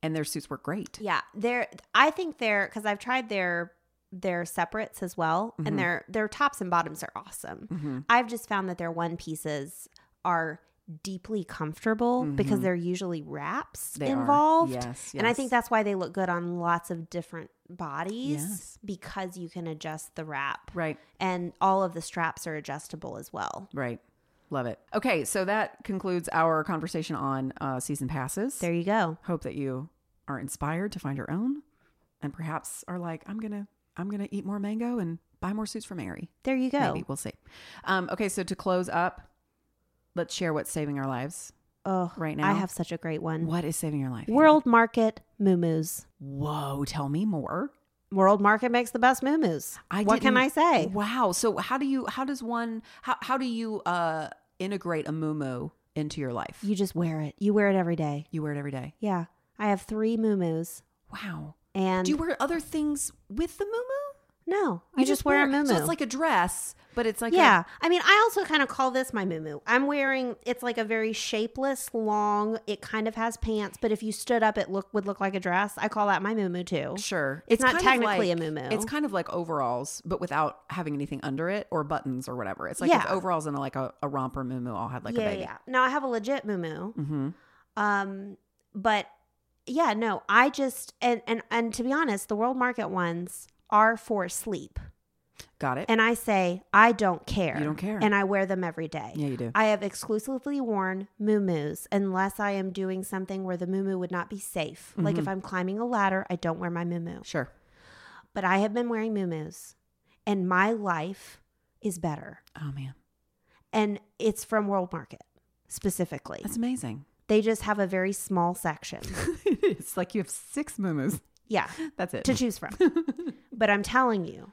Speaker 3: and their suits work great.
Speaker 4: Yeah, they're. I think they're because I've tried their their separates as well, and their their tops and bottoms are awesome.
Speaker 3: Mm-hmm.
Speaker 4: I've just found that their one pieces are deeply comfortable because they're usually wraps
Speaker 3: They are.
Speaker 4: involved.
Speaker 3: Yes,
Speaker 4: and I
Speaker 3: yes.
Speaker 4: think that's why they look good on lots of different bodies
Speaker 3: Yes.
Speaker 4: because you can adjust the wrap,
Speaker 3: Right.
Speaker 4: and all of the straps are adjustable as well.
Speaker 3: Right. Love it. Okay, so that concludes our conversation on uh, season passes.
Speaker 4: There you go.
Speaker 3: Hope that you are inspired to find your own, and perhaps are like, I'm gonna, I'm gonna eat more mango and buy more suits from Aerie.
Speaker 4: There you go.
Speaker 3: Maybe we'll see. Um, okay, so to close up, let's share what's saving our lives.
Speaker 4: Oh,
Speaker 3: Right
Speaker 4: I
Speaker 3: now?
Speaker 4: have such a great one.
Speaker 3: What is saving your life?
Speaker 4: World Market Moo-Moos.
Speaker 3: Whoa, tell me more.
Speaker 4: World Market makes the best moo-moos. what can I
Speaker 3: didn't-
Speaker 4: say?
Speaker 3: Wow. So how do you? How does one? How how do you uh integrate a muumuu into your life? You,
Speaker 4: You just wear it. You wear it every day.
Speaker 3: you wear it every day.
Speaker 4: Yeah. I have three moo-moos
Speaker 3: Wow.
Speaker 4: and
Speaker 3: do you wear other things with the muumuu?
Speaker 4: no,
Speaker 3: You
Speaker 4: I just, wear, a moo-moo.
Speaker 3: So it's like a dress, but it's like a-
Speaker 4: yeah. I mean, I also kind of call this my moo-moo. I'm wearing it's like a very shapeless, long. It kind of has pants, but if you stood up, it look would look like a dress. I call that my moo-moo too.
Speaker 3: Sure.
Speaker 4: It's
Speaker 3: kind
Speaker 4: not
Speaker 3: of
Speaker 4: technically a
Speaker 3: like-
Speaker 4: moo-moo.
Speaker 3: It's kind of like overalls, but without having anything under it or buttons or whatever. It's like if
Speaker 4: Yeah.
Speaker 3: overalls and like a, a romper moo all had like
Speaker 4: yeah,
Speaker 3: a baby.
Speaker 4: yeah. Now I have a legit moo-moo.
Speaker 3: Mm-hmm.
Speaker 4: Um, but yeah, no, I just and and and to be honest, the world market ones are for sleep.
Speaker 3: Got it.
Speaker 4: And I say, I don't care.
Speaker 3: You don't care.
Speaker 4: And I wear them every day.
Speaker 3: yeah, you do.
Speaker 4: I have exclusively worn moo-moos unless I am doing something where the moo-moo would not be safe. Like
Speaker 3: Mm-hmm.
Speaker 4: if I'm climbing a ladder, I don't wear my moo-moo.
Speaker 3: sure.
Speaker 4: But I have been wearing moo-moos and my life is better.
Speaker 3: Oh man,
Speaker 4: And it's from World Market specifically.
Speaker 3: that's amazing.
Speaker 4: they just have a very small section.
Speaker 3: it's like you have six muumuus.
Speaker 4: yeah.
Speaker 3: That's it.
Speaker 4: to choose from. but I'm telling you,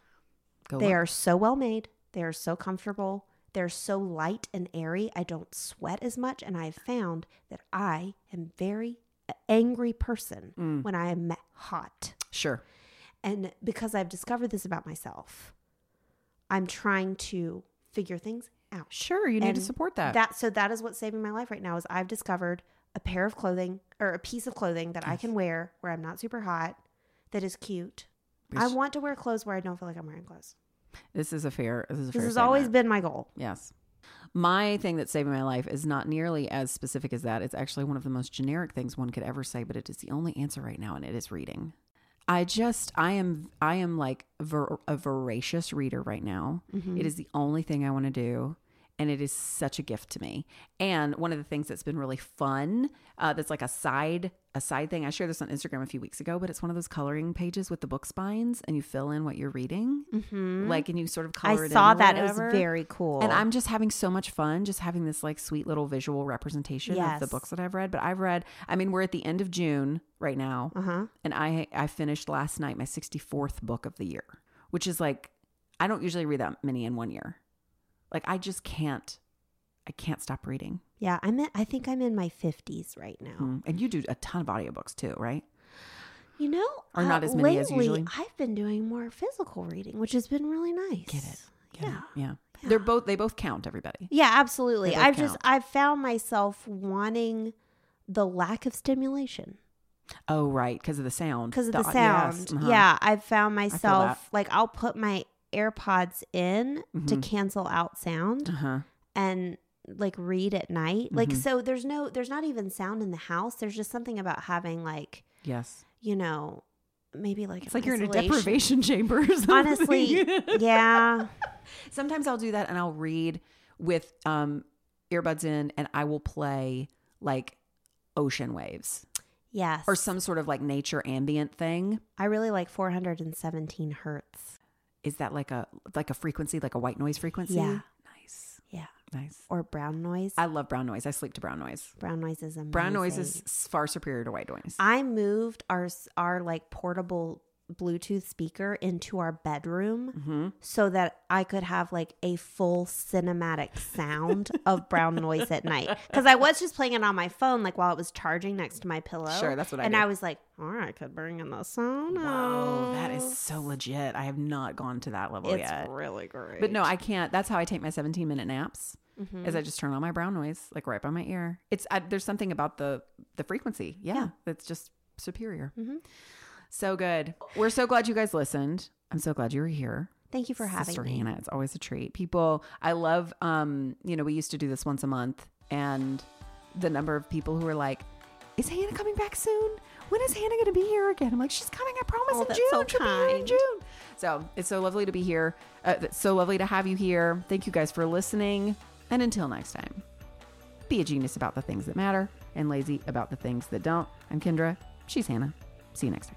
Speaker 3: Go
Speaker 4: they
Speaker 3: look.
Speaker 4: are so well made. They are so comfortable. They're so light and airy. I don't sweat as much. And I have found that I am very a- angry person
Speaker 3: Mm.
Speaker 4: when I am hot.
Speaker 3: sure.
Speaker 4: And because I've discovered this about myself, I'm trying to figure things out.
Speaker 3: Sure, you need to
Speaker 4: And
Speaker 3: support that.
Speaker 4: That so that is what's saving my life right now is I've discovered a pair of clothing or a piece of clothing that I can wear where I'm not super hot, that is cute. I
Speaker 3: Yes.
Speaker 4: want to wear clothes where I don't feel like I'm wearing clothes.
Speaker 3: This is a fair. This is a
Speaker 4: This
Speaker 3: fair
Speaker 4: has always
Speaker 3: statement.
Speaker 4: been my goal.
Speaker 3: Yes. My thing that's saving my life is not nearly as specific as that. It's actually one of the most generic things one could ever say, but it is the only answer right now, and it is reading. I just, I am, I am like ver- a voracious reader right now.
Speaker 4: Mm-hmm.
Speaker 3: It is the only thing I want to do. And it is such a gift to me. And one of the things that's been really fun, uh, that's like a side, a side thing. I shared this on Instagram a few weeks ago, but it's one of those coloring pages with the book spines, and you fill in what you're reading, like, and you sort of color.
Speaker 4: Mm-hmm. I
Speaker 3: it
Speaker 4: saw
Speaker 3: in or
Speaker 4: that. It was
Speaker 3: whatever.
Speaker 4: very cool.
Speaker 3: And I'm just having so much fun just having this like sweet little visual representation of the
Speaker 4: Yes.
Speaker 3: books that I've read. But I've read, I mean, we're at the end of June right now.
Speaker 4: uh-huh.
Speaker 3: And I I finished last night my 64th book of the year, which is like I don't usually read that many in one year. Like I just can't I can't stop reading.
Speaker 4: Yeah, I'm in, I think I'm in my 50s right now.
Speaker 3: Mm. And you do a ton of audiobooks too, right?
Speaker 4: You know, uh,
Speaker 3: Or not as many as
Speaker 4: lately,
Speaker 3: usually.
Speaker 4: I've been doing more physical reading, which has been really nice.
Speaker 3: Get it. Get it.
Speaker 4: Yeah.
Speaker 3: yeah. They're both they both count everybody.
Speaker 4: Yeah, absolutely.
Speaker 3: They both
Speaker 4: I've just
Speaker 3: count.
Speaker 4: I've found myself wanting the lack of stimulation
Speaker 3: Oh right, because of the sound.
Speaker 4: because of the
Speaker 3: au-
Speaker 4: sound.
Speaker 3: yes, uh-huh.
Speaker 4: Yeah, I've found
Speaker 3: feel
Speaker 4: myself like I'll put my AirPods in to
Speaker 3: Mhm.
Speaker 4: cancel out sound
Speaker 3: Uh-huh.
Speaker 4: and like read at night. Like
Speaker 3: Mhm.
Speaker 4: so there's no there's not even sound in the house. There's just something about having like,
Speaker 3: Yes.
Speaker 4: you know, maybe like
Speaker 3: It's
Speaker 4: an
Speaker 3: like you're in a
Speaker 4: isolation.
Speaker 3: deprivation chamber. Or something.
Speaker 4: Honestly, yeah.
Speaker 3: Sometimes I'll do that and I'll read with um, earbuds in and I will play like ocean waves
Speaker 4: Yes.
Speaker 3: or some sort of like nature ambient thing.
Speaker 4: I really like 417 hertz.
Speaker 3: Is that like a like a frequency, like a white noise frequency?
Speaker 4: Yeah.
Speaker 3: Nice.
Speaker 4: Yeah.
Speaker 3: Nice.
Speaker 4: Or brown noise.
Speaker 3: I love brown noise. I sleep to brown noise.
Speaker 4: brown noise is amazing.
Speaker 3: Brown noise is s- far superior to white noise.
Speaker 4: I moved our s- our like portable Bluetooth speaker into our bedroom
Speaker 3: Mm-hmm.
Speaker 4: so that I could have like a full cinematic sound of brown noise at night. Because I was just playing it on my phone, like while it was charging next to my pillow.
Speaker 3: Sure, that's what I
Speaker 4: And
Speaker 3: do.
Speaker 4: I was like, or I could bring in the sound.
Speaker 3: Wow, that
Speaker 4: out."
Speaker 3: is so legit. I have not gone to that level
Speaker 4: It's
Speaker 3: yet.
Speaker 4: really great. Mm-hmm.
Speaker 3: But no, I can't. That's how I take my 17 minute naps. Is I just turn on my brown noise like right by my ear. It's I, there's something about the the frequency. Yeah, that's just superior. So good. We're so glad you guys listened. I'm so glad you were here.
Speaker 4: Thank you for having
Speaker 3: Sister
Speaker 4: me.
Speaker 3: Hannah, it's always a treat. People, I love um, you know, we used to do this once a month and the number of people who are like, Is Hannah coming back soon? When is Hannah gonna be here again? I'm like, She's coming, I promise
Speaker 4: Oh,
Speaker 3: in
Speaker 4: that's
Speaker 3: June.
Speaker 4: so
Speaker 3: She'll be here in
Speaker 4: kind.
Speaker 3: June. So it's so lovely to be here. Uh, it's so lovely to have you here. Thank you guys for listening. And until next time, be a genius about the things that matter and lazy about the things that don't. I'm Kendra. She's Hannah. See you next time.